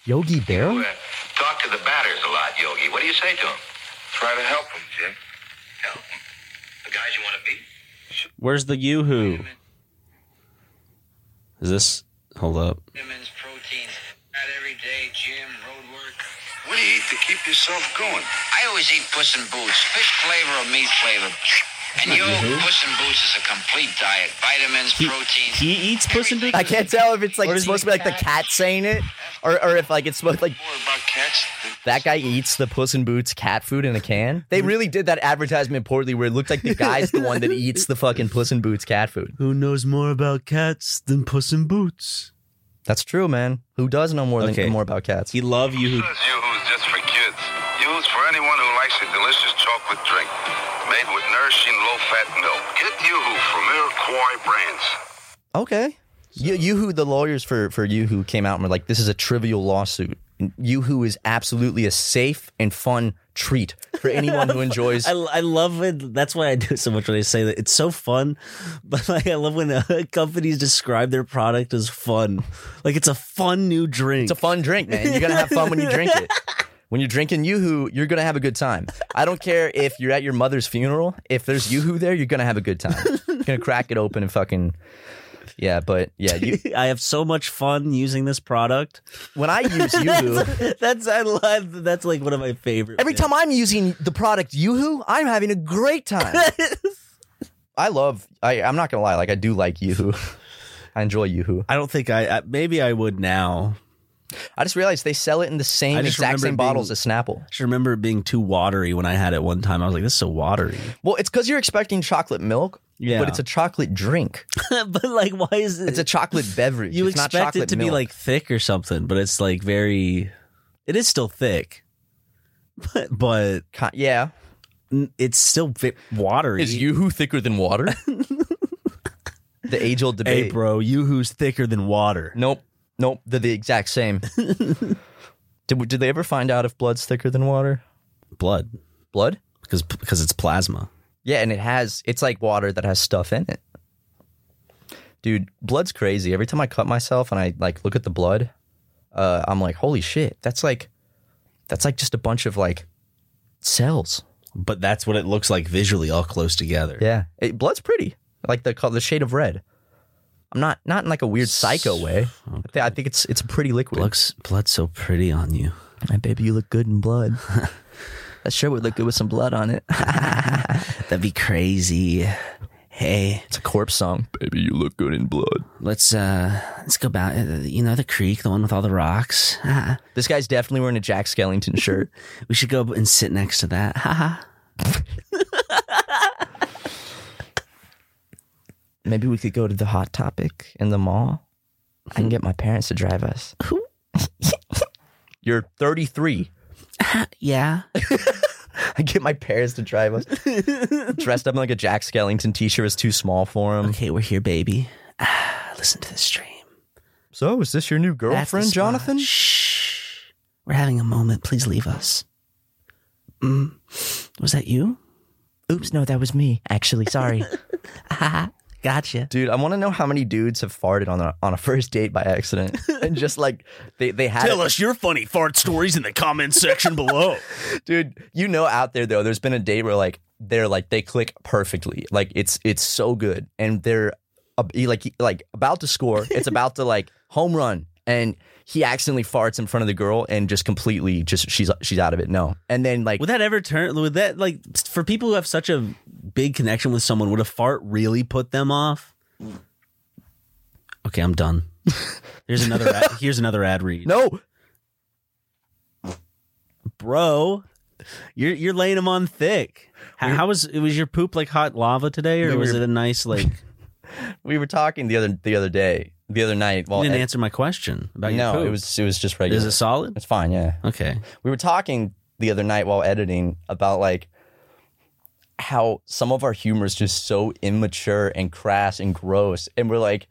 Speaker 3: Yogi
Speaker 6: Uh,
Speaker 3: Berra?
Speaker 6: talk to the batters a lot, Yogi. What do you say to them? Try to help them, Jim. Help them? The guys you want to beat?
Speaker 2: that. Where's the Yoo-Hoo? Is this? Hold up.
Speaker 7: vitamins, proteins, not every day, gym, road work.
Speaker 5: What do you eat to keep yourself going?
Speaker 7: I always eat Puss in Boots, fish flavor or meat flavor. And yo, Puss in Boots is a complete diet. Vitamins, proteins.
Speaker 2: He eats Puss in Boots.
Speaker 3: I can't tell if it's like
Speaker 7: Or is
Speaker 3: supposed to
Speaker 7: he
Speaker 3: be
Speaker 7: a
Speaker 3: like the cat saying it, or, or if like it's supposed like
Speaker 5: More about cats than
Speaker 3: that guy eats the Puss in Boots cat food in a can. They really did that advertisement poorly, where it looked like the guy's the one that eats the fucking Puss in Boots cat food.
Speaker 2: Who knows more about cats than Puss in Boots?
Speaker 3: That's true, man. Who does know more than
Speaker 2: Okay.
Speaker 3: more about cats?
Speaker 2: He love you.
Speaker 6: Says Yoo-Hoo's just for kids. Yoo-Hoo's for anyone who likes a delicious chocolate drink made with nourishing low-fat milk. Get Yoo-Hoo from Iroquois Brands.
Speaker 3: Okay. You, Yoo-Hoo, the lawyers for for Yoo-Hoo came out and were like, "This is a trivial lawsuit. Yoo-Hoo is absolutely a safe and fun treat for anyone who enjoys."
Speaker 2: I, I love it. That's why I do it so much when I say that. It's so fun, but like I love when uh, companies describe their product as fun. Like it's a fun new drink.
Speaker 3: It's a fun drink, man. You're gonna have fun when you drink it. When you're drinking YooHoo, you're gonna have a good time. I don't care if you're at your mother's funeral. If there's YooHoo there, you're gonna have a good time. You're gonna crack it open and fucking yeah. But yeah, you,
Speaker 2: I have so much fun using this product.
Speaker 3: when I use YooHoo,
Speaker 2: That's I love. That's like one of my favorite.
Speaker 3: every time I'm using the product YooHoo, I'm having a great time. I love. I, I'm not gonna lie. Like I do like YooHoo. I enjoy YooHoo.
Speaker 2: I don't think I, I maybe I would now.
Speaker 3: I just realized they sell it in the same
Speaker 2: I just
Speaker 3: exact
Speaker 2: remember
Speaker 3: same
Speaker 2: it being-
Speaker 3: bottles as Snapple.
Speaker 2: I just remember it being too watery when I had it one time. I was like, this is so watery.
Speaker 3: Well, it's because you're expecting chocolate milk,
Speaker 2: Yeah.
Speaker 3: but it's a chocolate drink.
Speaker 2: but like, why is it?
Speaker 3: It's a chocolate beverage.
Speaker 2: you
Speaker 3: it's not
Speaker 2: expect it
Speaker 3: chocolate
Speaker 2: to be
Speaker 3: milk.
Speaker 2: like thick or something, but it's like very. It is still thick, but but
Speaker 3: Ki- yeah.
Speaker 2: n- it's still vi- watery.
Speaker 3: YooHoo thicker than water? the age old
Speaker 2: hey,
Speaker 3: debate.
Speaker 2: bro, you who's thicker than water?
Speaker 3: Nope. Nope. They're the exact same. did, did they ever find out if blood's thicker than water?
Speaker 2: blood
Speaker 3: Blood?
Speaker 2: because because it's plasma.
Speaker 3: Yeah, and it has it's like water that has stuff in it. Dude, blood's crazy. Every time I cut myself and I like look at the blood, uh, I'm like, holy shit, that's like that's like just a bunch of like cells.
Speaker 2: But that's what it looks like visually, all close together.
Speaker 3: Yeah, it, blood's pretty. Like the col- the shade of red. I'm not not in like a weird psycho way. I thi- I think it's it's a pretty liquid.
Speaker 2: Looks blood's so pretty on you.
Speaker 3: My baby, you look good in blood. that sure would look good with some blood on it.
Speaker 2: That'd be crazy. Hey,
Speaker 3: It's a corpse song. Baby, you look good in blood.
Speaker 2: let's uh let's go back. You know the creek, the one with all the rocks.
Speaker 3: This guy's definitely wearing a Jack Skellington shirt.
Speaker 2: We should go and sit next to that. Haha.
Speaker 3: Maybe we could go to the Hot Topic in the mall. I can get my parents to drive us. You're 33.
Speaker 2: yeah.
Speaker 3: I get my parents to drive us. Dressed up in like a Jack Skellington t-shirt is too small for him.
Speaker 2: Okay, we're here, baby. Ah, listen to the stream.
Speaker 3: So, is this your new
Speaker 2: That's the
Speaker 3: girlfriend,
Speaker 2: spot.
Speaker 3: Jonathan?
Speaker 2: Shh. We're having a moment. Please leave us. Mm. Was that you?
Speaker 3: Oops, no, that was me. Actually, sorry.
Speaker 2: Gotcha.
Speaker 3: Dude, I want to know how many dudes have farted on a on a first date by accident and just like they they had it.
Speaker 2: us your funny fart stories in the comment section below.
Speaker 3: dude you know out there though there's been a date where like they're like they click perfectly like it's it's so good and they're uh, he, like he- like about to score it's about to like home run and he accidentally farts in front of the girl and just completely just she's she's out of it no and then like
Speaker 2: Would that ever turn? Would that like for people who have such a big connection with someone? Would a fart really put them off? Okay, I'm done. Here's another. ad, here's another ad read.
Speaker 3: no
Speaker 2: bro, you're you're laying them on thick. How, how was it? Was your poop like hot lava today, or
Speaker 3: No, we
Speaker 2: was
Speaker 3: were-
Speaker 2: it a nice like? you
Speaker 3: we were talking the other the other day the other night well
Speaker 2: didn't
Speaker 3: and-
Speaker 2: answer my question about your
Speaker 3: Oh, no
Speaker 2: poop.
Speaker 3: it was it was just regular
Speaker 2: Is it solid?
Speaker 3: it's fine yeah
Speaker 2: Okay.
Speaker 3: we were talking the other night while editing about like how some of our humor is just so immature and crass and gross and we're like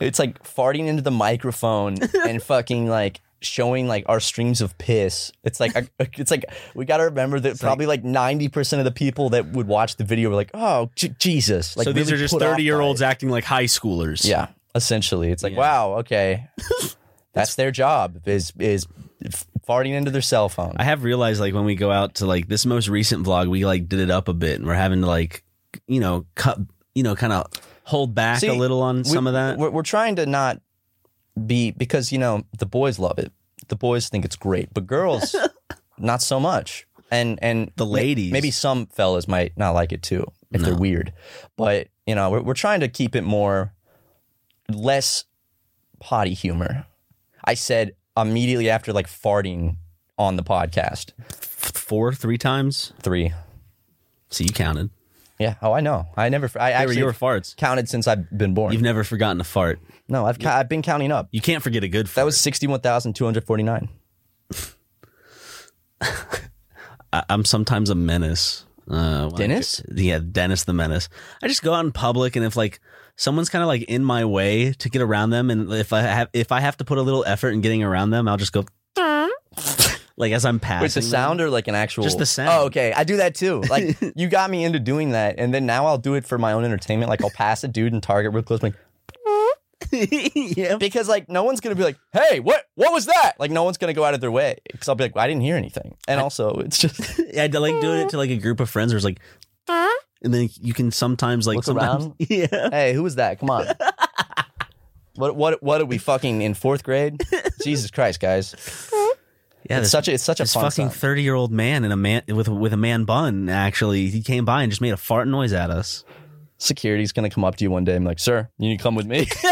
Speaker 3: it's like farting into the microphone and fucking like showing like our streams of piss it's like it's like we got to remember that probably like, 90% of the people that would watch the video were like oh J- jesus like
Speaker 2: so these
Speaker 3: really
Speaker 2: are just
Speaker 3: put off by
Speaker 2: thirty year olds
Speaker 3: it.
Speaker 2: acting like high schoolers.
Speaker 3: yeah essentially it's like
Speaker 2: Yeah.
Speaker 3: wow okay that's their job is is f- farting into their cell phone
Speaker 2: I have realized like when we go out to like this most recent vlog, we like did it up a bit, and we're having to like, you know, cut, you know, kind of hold back
Speaker 3: See,
Speaker 2: a little on
Speaker 3: we-
Speaker 2: some of that.
Speaker 3: We're, we're trying to not be because you know the boys love it. The boys think it's great, but girls, not so much. And and
Speaker 2: The
Speaker 3: ma-
Speaker 2: ladies.
Speaker 3: maybe some fellas might not like it too if they're weird. But you know, we're, we're trying to keep it more less potty humor. I said immediately after like farting on the podcast
Speaker 2: Four, three times.
Speaker 3: three.
Speaker 2: So you counted.
Speaker 3: Yeah. Oh, I know. I never. I
Speaker 2: They were
Speaker 3: actually
Speaker 2: your farts.
Speaker 3: counted since I've been born.
Speaker 2: You've never forgotten a fart.
Speaker 3: no, I've ca- I've been counting up.
Speaker 2: You can't forget a good fart.
Speaker 3: That was sixty-one thousand two hundred forty-nine.
Speaker 2: I- I'm sometimes a menace. Uh, when I
Speaker 3: Dennis?
Speaker 2: go- yeah, Dennis the menace. I just go out in public, and if like someone's kind of like in my way to get around them, and if I have if I have to put a little effort in getting around them, I'll just go like as I'm passing.
Speaker 3: With the
Speaker 2: them.
Speaker 3: sound or like an actual?
Speaker 2: Just the sound.
Speaker 3: Oh, okay. I do that too. Like you got me into doing that, and then now I'll do it for my own entertainment. Like I'll pass a dude in Target real close, like
Speaker 2: yeah,
Speaker 3: because like no one's gonna be like, "Hey, what? What was that?" Like no one's gonna go out of their way because I'll be like, "I didn't hear anything," and also it's just
Speaker 2: I d- like doing it to like a group of friends. Where it's like, and then you can sometimes like
Speaker 3: Look
Speaker 2: sometimes
Speaker 3: around.
Speaker 2: yeah.
Speaker 3: hey, who was that? Come on. What what what are we fucking in fourth grade? Jesus Christ, guys!
Speaker 2: Yeah,
Speaker 3: It's
Speaker 2: this-
Speaker 3: such a it's such a
Speaker 2: this
Speaker 3: fun
Speaker 2: fucking
Speaker 3: fucking
Speaker 2: thirty year old man in a man with with a man bun. Actually, he came by and just made a fart noise at us.
Speaker 3: security's gonna come up to you one day and be like, "Sir, you need to come with me."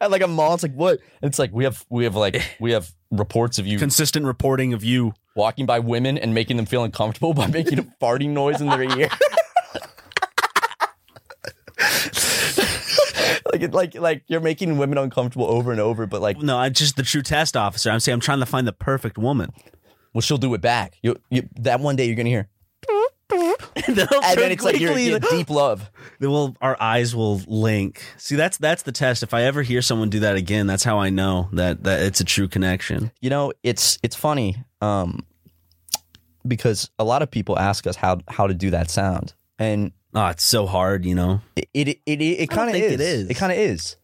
Speaker 3: and like a mall, it's like, "What?" It's like we have we have like we have reports of you
Speaker 2: Consistent reporting of you
Speaker 3: walking by women and making them feel uncomfortable by making a farting noise in their ear. like it, like like you're making women uncomfortable over and over, but like,
Speaker 2: No, I'm just the true test officer. I'm saying I'm trying to find the perfect woman.
Speaker 3: well, she'll do it back. You, you that one day you're gonna hear,
Speaker 2: and then I'll
Speaker 3: and then
Speaker 2: turn
Speaker 3: it's like you're,
Speaker 2: quickly,
Speaker 3: you're in deep love.
Speaker 2: well, our eyes will link. See, that's that's the test. If I ever hear someone do that again, that's how I know that that it's a true connection.
Speaker 3: you know it's it's funny um because a lot of people ask us how how to do that sound, and
Speaker 2: Oh, it's so hard, you know.
Speaker 3: it it it, it
Speaker 2: I don't
Speaker 3: kind of
Speaker 2: think
Speaker 3: is.
Speaker 2: it is.
Speaker 3: It kind of is.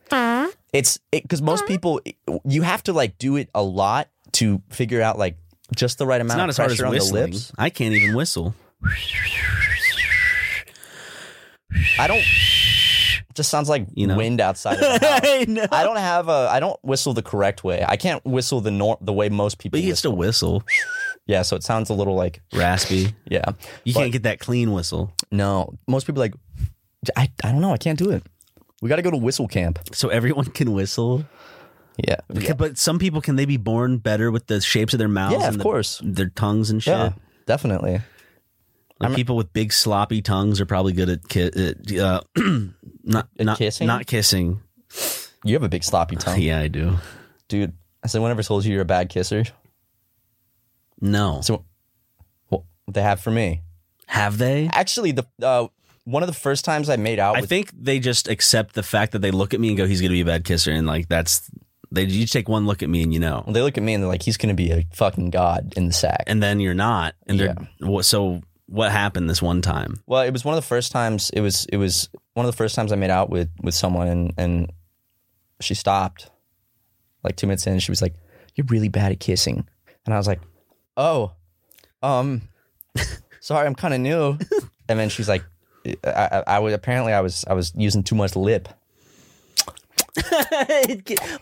Speaker 3: It's because most people you have to like do it a lot to figure out like just the right
Speaker 2: It's
Speaker 3: amount
Speaker 2: not
Speaker 3: of
Speaker 2: as hard as
Speaker 3: pressure on
Speaker 2: whistling.
Speaker 3: the lips.
Speaker 2: I can't even whistle.
Speaker 3: I don't. It just sounds like
Speaker 2: You know.
Speaker 3: wind outside. Of the house.
Speaker 2: I know.
Speaker 3: I don't have a. I don't whistle the correct way. I can't whistle the nor- the way most people.
Speaker 2: But you can
Speaker 3: whistle.
Speaker 2: still whistle,
Speaker 3: yeah, so it sounds a little like
Speaker 2: raspy.
Speaker 3: yeah.
Speaker 2: You
Speaker 3: But-
Speaker 2: can't get that clean whistle.
Speaker 3: No, most people like. I I don't know. I can't do it. We got to go to whistle camp.
Speaker 2: So everyone can whistle.
Speaker 3: Yeah,
Speaker 2: Okay, But some people can they be born better with the shapes of their mouths?
Speaker 3: Yeah,
Speaker 2: and
Speaker 3: of
Speaker 2: the-
Speaker 3: course.
Speaker 2: Their tongues and shit.
Speaker 3: yeah, definitely.
Speaker 2: Like people with big sloppy tongues are probably good at ki- at, uh, not
Speaker 3: At
Speaker 2: not
Speaker 3: kissing?
Speaker 2: Not kissing.
Speaker 3: You have a big sloppy tongue,
Speaker 2: Yeah, I do.
Speaker 3: dude. Has anyone ever told you you're a bad kisser?
Speaker 2: No,
Speaker 3: So, well, they have for me.
Speaker 2: have they?
Speaker 3: Actually, the uh, one of the first times I made out
Speaker 2: I
Speaker 3: with
Speaker 2: think they just accept the fact that they look at me and go, "He's gonna be a bad kisser," and like that's they. You just take one look at me and you know,
Speaker 3: they look at me and they're like, "He's gonna be a fucking god in the sack."
Speaker 2: and then you're not. And they're what? So what happened this one time?
Speaker 3: Well, it was one of the first times. It was it was one of the first times I made out with with someone, and and she stopped, like two minutes in. She was like, "You're really bad at kissing," and I was like, "Oh, um, sorry, I'm kind of new." and then she's like, I, I, "I was apparently I was I was using too much lip."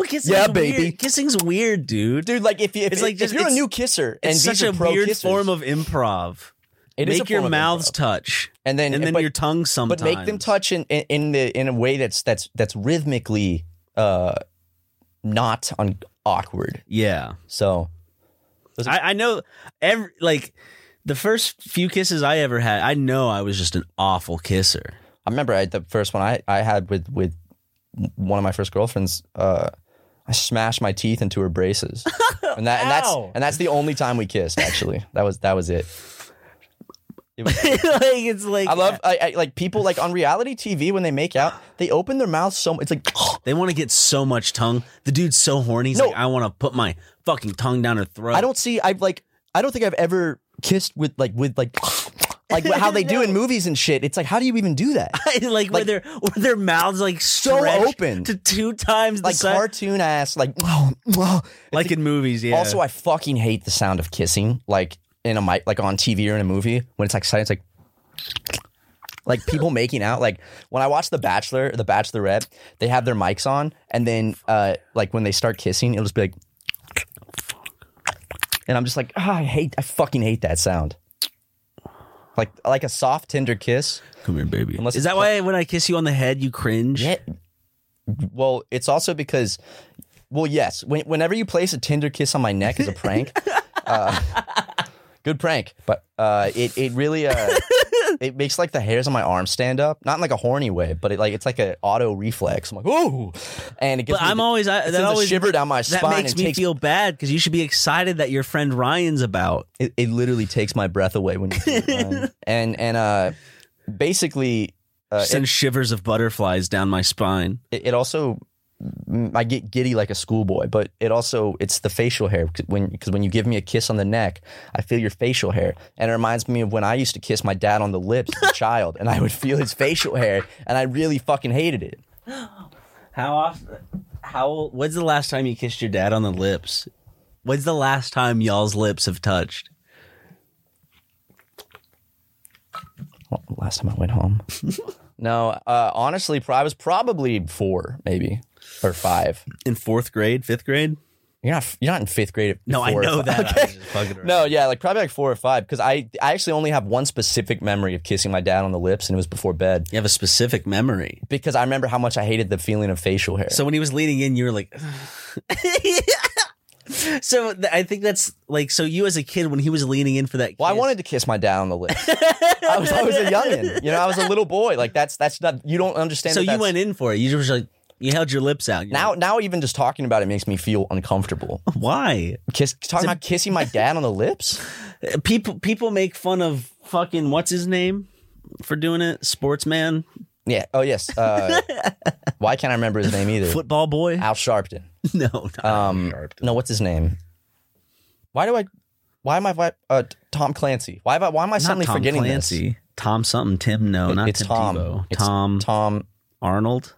Speaker 2: kissing
Speaker 3: Yeah, baby. weird.
Speaker 2: Kissing's weird, dude.
Speaker 3: Dude, like if you,
Speaker 2: It's
Speaker 3: it's
Speaker 2: like
Speaker 3: like if
Speaker 2: just-
Speaker 3: you're a
Speaker 2: it's-
Speaker 3: new kisser and
Speaker 2: It's
Speaker 3: these
Speaker 2: such
Speaker 3: are
Speaker 2: a
Speaker 3: pro
Speaker 2: weird
Speaker 3: kissers,
Speaker 2: form of improv.
Speaker 3: it is
Speaker 2: Make
Speaker 3: a
Speaker 2: your
Speaker 3: form of
Speaker 2: mouths
Speaker 3: improv.
Speaker 2: touch,
Speaker 3: And then-
Speaker 2: and then
Speaker 3: but-
Speaker 2: your tongue sometimes.
Speaker 3: but make them touch in, in, in the in a way that's that's that's rhythmically uh not un- awkward.
Speaker 2: Yeah,
Speaker 3: So
Speaker 2: I, I know. Every like the first few kisses I ever had, I know I was just an awful kisser.
Speaker 3: I remember I, the first one I, I had with with one of my first girlfriends. Uh, I smashed my teeth into her braces, and that and that's
Speaker 2: Ow.
Speaker 3: and that's the only time we kissed. Actually, that was that was it. It was-
Speaker 2: like it's like
Speaker 3: I love I, I, like people like on reality TV when they make out, they open their mouths so it's like
Speaker 2: They want to get so much tongue. The dude's so horny. He's
Speaker 3: No.
Speaker 2: like, I want to put my fucking tongue down her throat.
Speaker 3: I don't see. I like. I don't think I've ever kissed with like with like like how they do in movies and shit. It's like how do you even do that?
Speaker 2: like, where
Speaker 3: Like-
Speaker 2: their where their mouths like
Speaker 3: So
Speaker 2: stretch
Speaker 3: open.
Speaker 2: to two times the
Speaker 3: Like
Speaker 2: size.
Speaker 3: cartoon ass. Like
Speaker 2: like in movies. Yeah.
Speaker 3: also I fucking hate the sound of kissing. Like in a mic, like on TV or in a movie when it's like silent, it's like. Like people making out, like when I watch The Bachelor, The Bachelorette, they have their mics on, and then uh, like when they start kissing, it'll just be like, and I'm just like, ah, I hate, I fucking hate that sound, like like a soft tender kiss.
Speaker 2: come here, baby.
Speaker 3: Unless
Speaker 2: Is
Speaker 3: it's
Speaker 2: that
Speaker 3: pla-
Speaker 2: why when I kiss you on the head, you cringe?
Speaker 3: Yeah. Well, it's also because, well, yes, when, whenever you place a Tinder kiss on my neck as a prank, uh, good prank, but uh, it it really uh, it makes like the hairs on my arm stand up, not in like a horny way, but it like it's like an auto reflex. I'm like, ooh, and it gives
Speaker 2: But
Speaker 3: me
Speaker 2: I'm
Speaker 3: the-
Speaker 2: always I,
Speaker 3: it
Speaker 2: that
Speaker 3: sends a
Speaker 2: always
Speaker 3: shiver down my
Speaker 2: that
Speaker 3: spine.
Speaker 2: makes
Speaker 3: and
Speaker 2: me
Speaker 3: takes,
Speaker 2: feel bad because you should be excited that your friend Ryan's about.
Speaker 3: it, it literally takes my breath away when you do it, Ryan. and and uh, basically uh,
Speaker 2: Send shivers of butterflies down my spine.
Speaker 3: it, it also mm, I get giddy like a schoolboy, but it also it's the facial hair 'cause when because when you give me a kiss on the neck, I feel your facial hair, and it reminds me of when I used to kiss my dad on the lips as a child, and I would feel his facial hair, and I really fucking hated it.
Speaker 2: How often? How? When's the last time you kissed your dad on the lips? When's the last time y'all's lips have touched?
Speaker 3: Well, last time I went home. no, uh, honestly, pro- I was probably four, maybe or five.
Speaker 2: In fourth grade, fifth grade?
Speaker 3: You're not you're not in fifth grade. at
Speaker 2: No, I
Speaker 3: four or
Speaker 2: know
Speaker 3: five.
Speaker 2: that. I was just fucking around.
Speaker 3: No, yeah, like probably like four or five because I, I actually only have one specific memory of kissing my dad on the lips and it was before bed.
Speaker 2: You have a specific memory.
Speaker 3: because I remember how much I hated the feeling of facial hair.
Speaker 2: So when he was leaning in, you were like. so th- I think that's like so. You as a kid, when he was leaning in for that,
Speaker 3: well, I
Speaker 2: kiss-
Speaker 3: wanted to kiss my dad on the lips. I was I was a youngin, you know. I was a little boy. Like that's that's not you don't understand.
Speaker 2: So
Speaker 3: that
Speaker 2: you
Speaker 3: that's-
Speaker 2: went in for it. You just like you held your lips out. You're
Speaker 3: now
Speaker 2: like,
Speaker 3: now even just talking about it makes me feel uncomfortable.
Speaker 2: why?
Speaker 3: Kiss talking about kissing my dad on the lips.
Speaker 2: people people make fun of fucking what's his name for doing it sportsman
Speaker 3: Yeah. Oh yes. Uh, why can't I remember his name either?
Speaker 2: football
Speaker 3: Ah,
Speaker 2: boy
Speaker 3: Al Sharpton.
Speaker 2: no not
Speaker 3: Um, no, what's his name? Why do I? Why am I vi- uh, Tom Clancy? Why, am I- why am I suddenly
Speaker 2: Tom
Speaker 3: forgetting
Speaker 2: Clancy. Tom something. Tim. No,
Speaker 3: this?
Speaker 2: not
Speaker 3: it's
Speaker 2: Tim
Speaker 3: Tom.
Speaker 2: Tebow.
Speaker 3: It's
Speaker 2: Tom
Speaker 3: Tom.
Speaker 2: Arnold.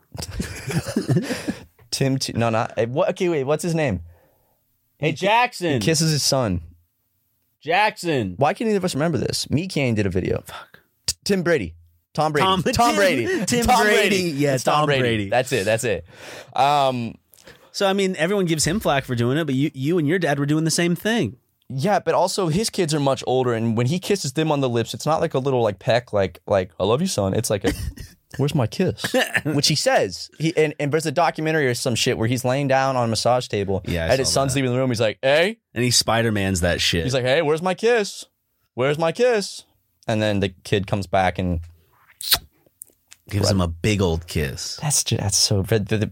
Speaker 3: Tim. T- no, not. eh, What, okay, wait. What's his name?
Speaker 2: Hey Jackson.
Speaker 3: Kisses his son.
Speaker 2: Jackson.
Speaker 3: Why can't either of us remember this? Me Kane did a video. Fuck. Tim Brady. Tom Brady.
Speaker 2: Tom-
Speaker 3: Tom,
Speaker 2: Tim-
Speaker 3: Brady.
Speaker 2: Tim
Speaker 3: Tom
Speaker 2: Brady. Yeah,
Speaker 3: It's Tom,
Speaker 2: Tom
Speaker 3: Brady.
Speaker 2: Brady.
Speaker 3: That's it. That's it. Um,
Speaker 2: So I mean, everyone gives him flack for doing it, but you, you and your dad were doing the same thing.
Speaker 3: yeah, but also his kids are much older, and when he kisses them on the lips, it's not like a little like peck, like like I love you, son. It's like a where's my kiss, which he says. He and, and there's a documentary or some shit where he's laying down on a massage table,
Speaker 2: Yeah, I
Speaker 3: and his
Speaker 2: saw
Speaker 3: son's
Speaker 2: that.
Speaker 3: leaving the room. He's like, hey,
Speaker 2: And he Spider Man's that shit.
Speaker 3: He's like, "Hey, where's my kiss? Where's my kiss?" And then the kid comes back, and
Speaker 2: gives him a big old kiss.
Speaker 3: that's just, that's so. the- the-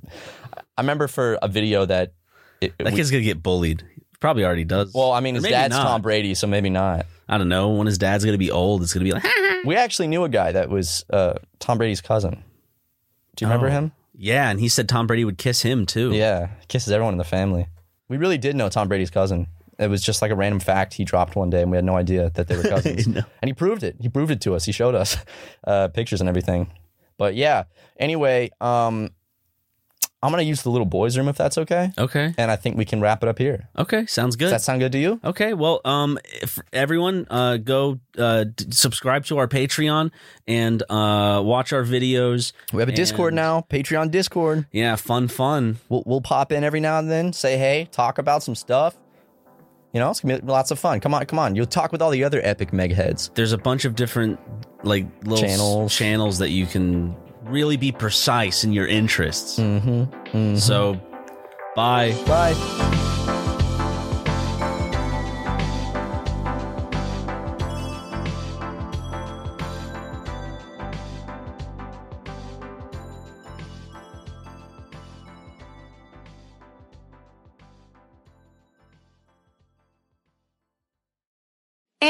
Speaker 3: I remember for a video that, it, it-
Speaker 2: That kid's gonna get bullied. Probably already does.
Speaker 3: well, I mean,
Speaker 2: Or
Speaker 3: his
Speaker 2: maybe
Speaker 3: dad's
Speaker 2: not.
Speaker 3: Tom Brady, so maybe not.
Speaker 2: I don't know. When his dad's gonna be old, it's gonna be like,
Speaker 3: We actually knew a guy that was uh, Tom Brady's cousin. Do you remember
Speaker 2: Oh.
Speaker 3: him?
Speaker 2: yeah. And he said Tom Brady would kiss him too.
Speaker 3: Yeah, kisses everyone in the family. We really did know Tom Brady's cousin. It was just like a random fact he dropped one day, and we had no idea that they were cousins. And he proved it. He proved it to us. He showed us uh, pictures and everything. But yeah. Anyway, um, I'm gonna use the little boys' room if that's okay,
Speaker 2: Okay.
Speaker 3: and I think we can wrap it up here.
Speaker 2: Okay. Sounds good.
Speaker 3: Does that sound good to you?
Speaker 2: Okay, well, um, if everyone, uh, go uh, d- subscribe to our Patreon and uh, watch our videos.
Speaker 3: We have a Discord
Speaker 2: And-
Speaker 3: now, Patreon Discord.
Speaker 2: Yeah, fun, fun.
Speaker 3: We'll, we'll pop in every now and then, say hey, talk about some stuff. You know, it's gonna be lots of fun. Come on, come on. You'll talk with all the other epic megheads.
Speaker 2: There's a bunch of different like little s-
Speaker 3: Channels.
Speaker 2: channels that you can really be precise in your interests.
Speaker 3: Mm-hmm. mm-hmm.
Speaker 2: So, bye.
Speaker 3: Bye.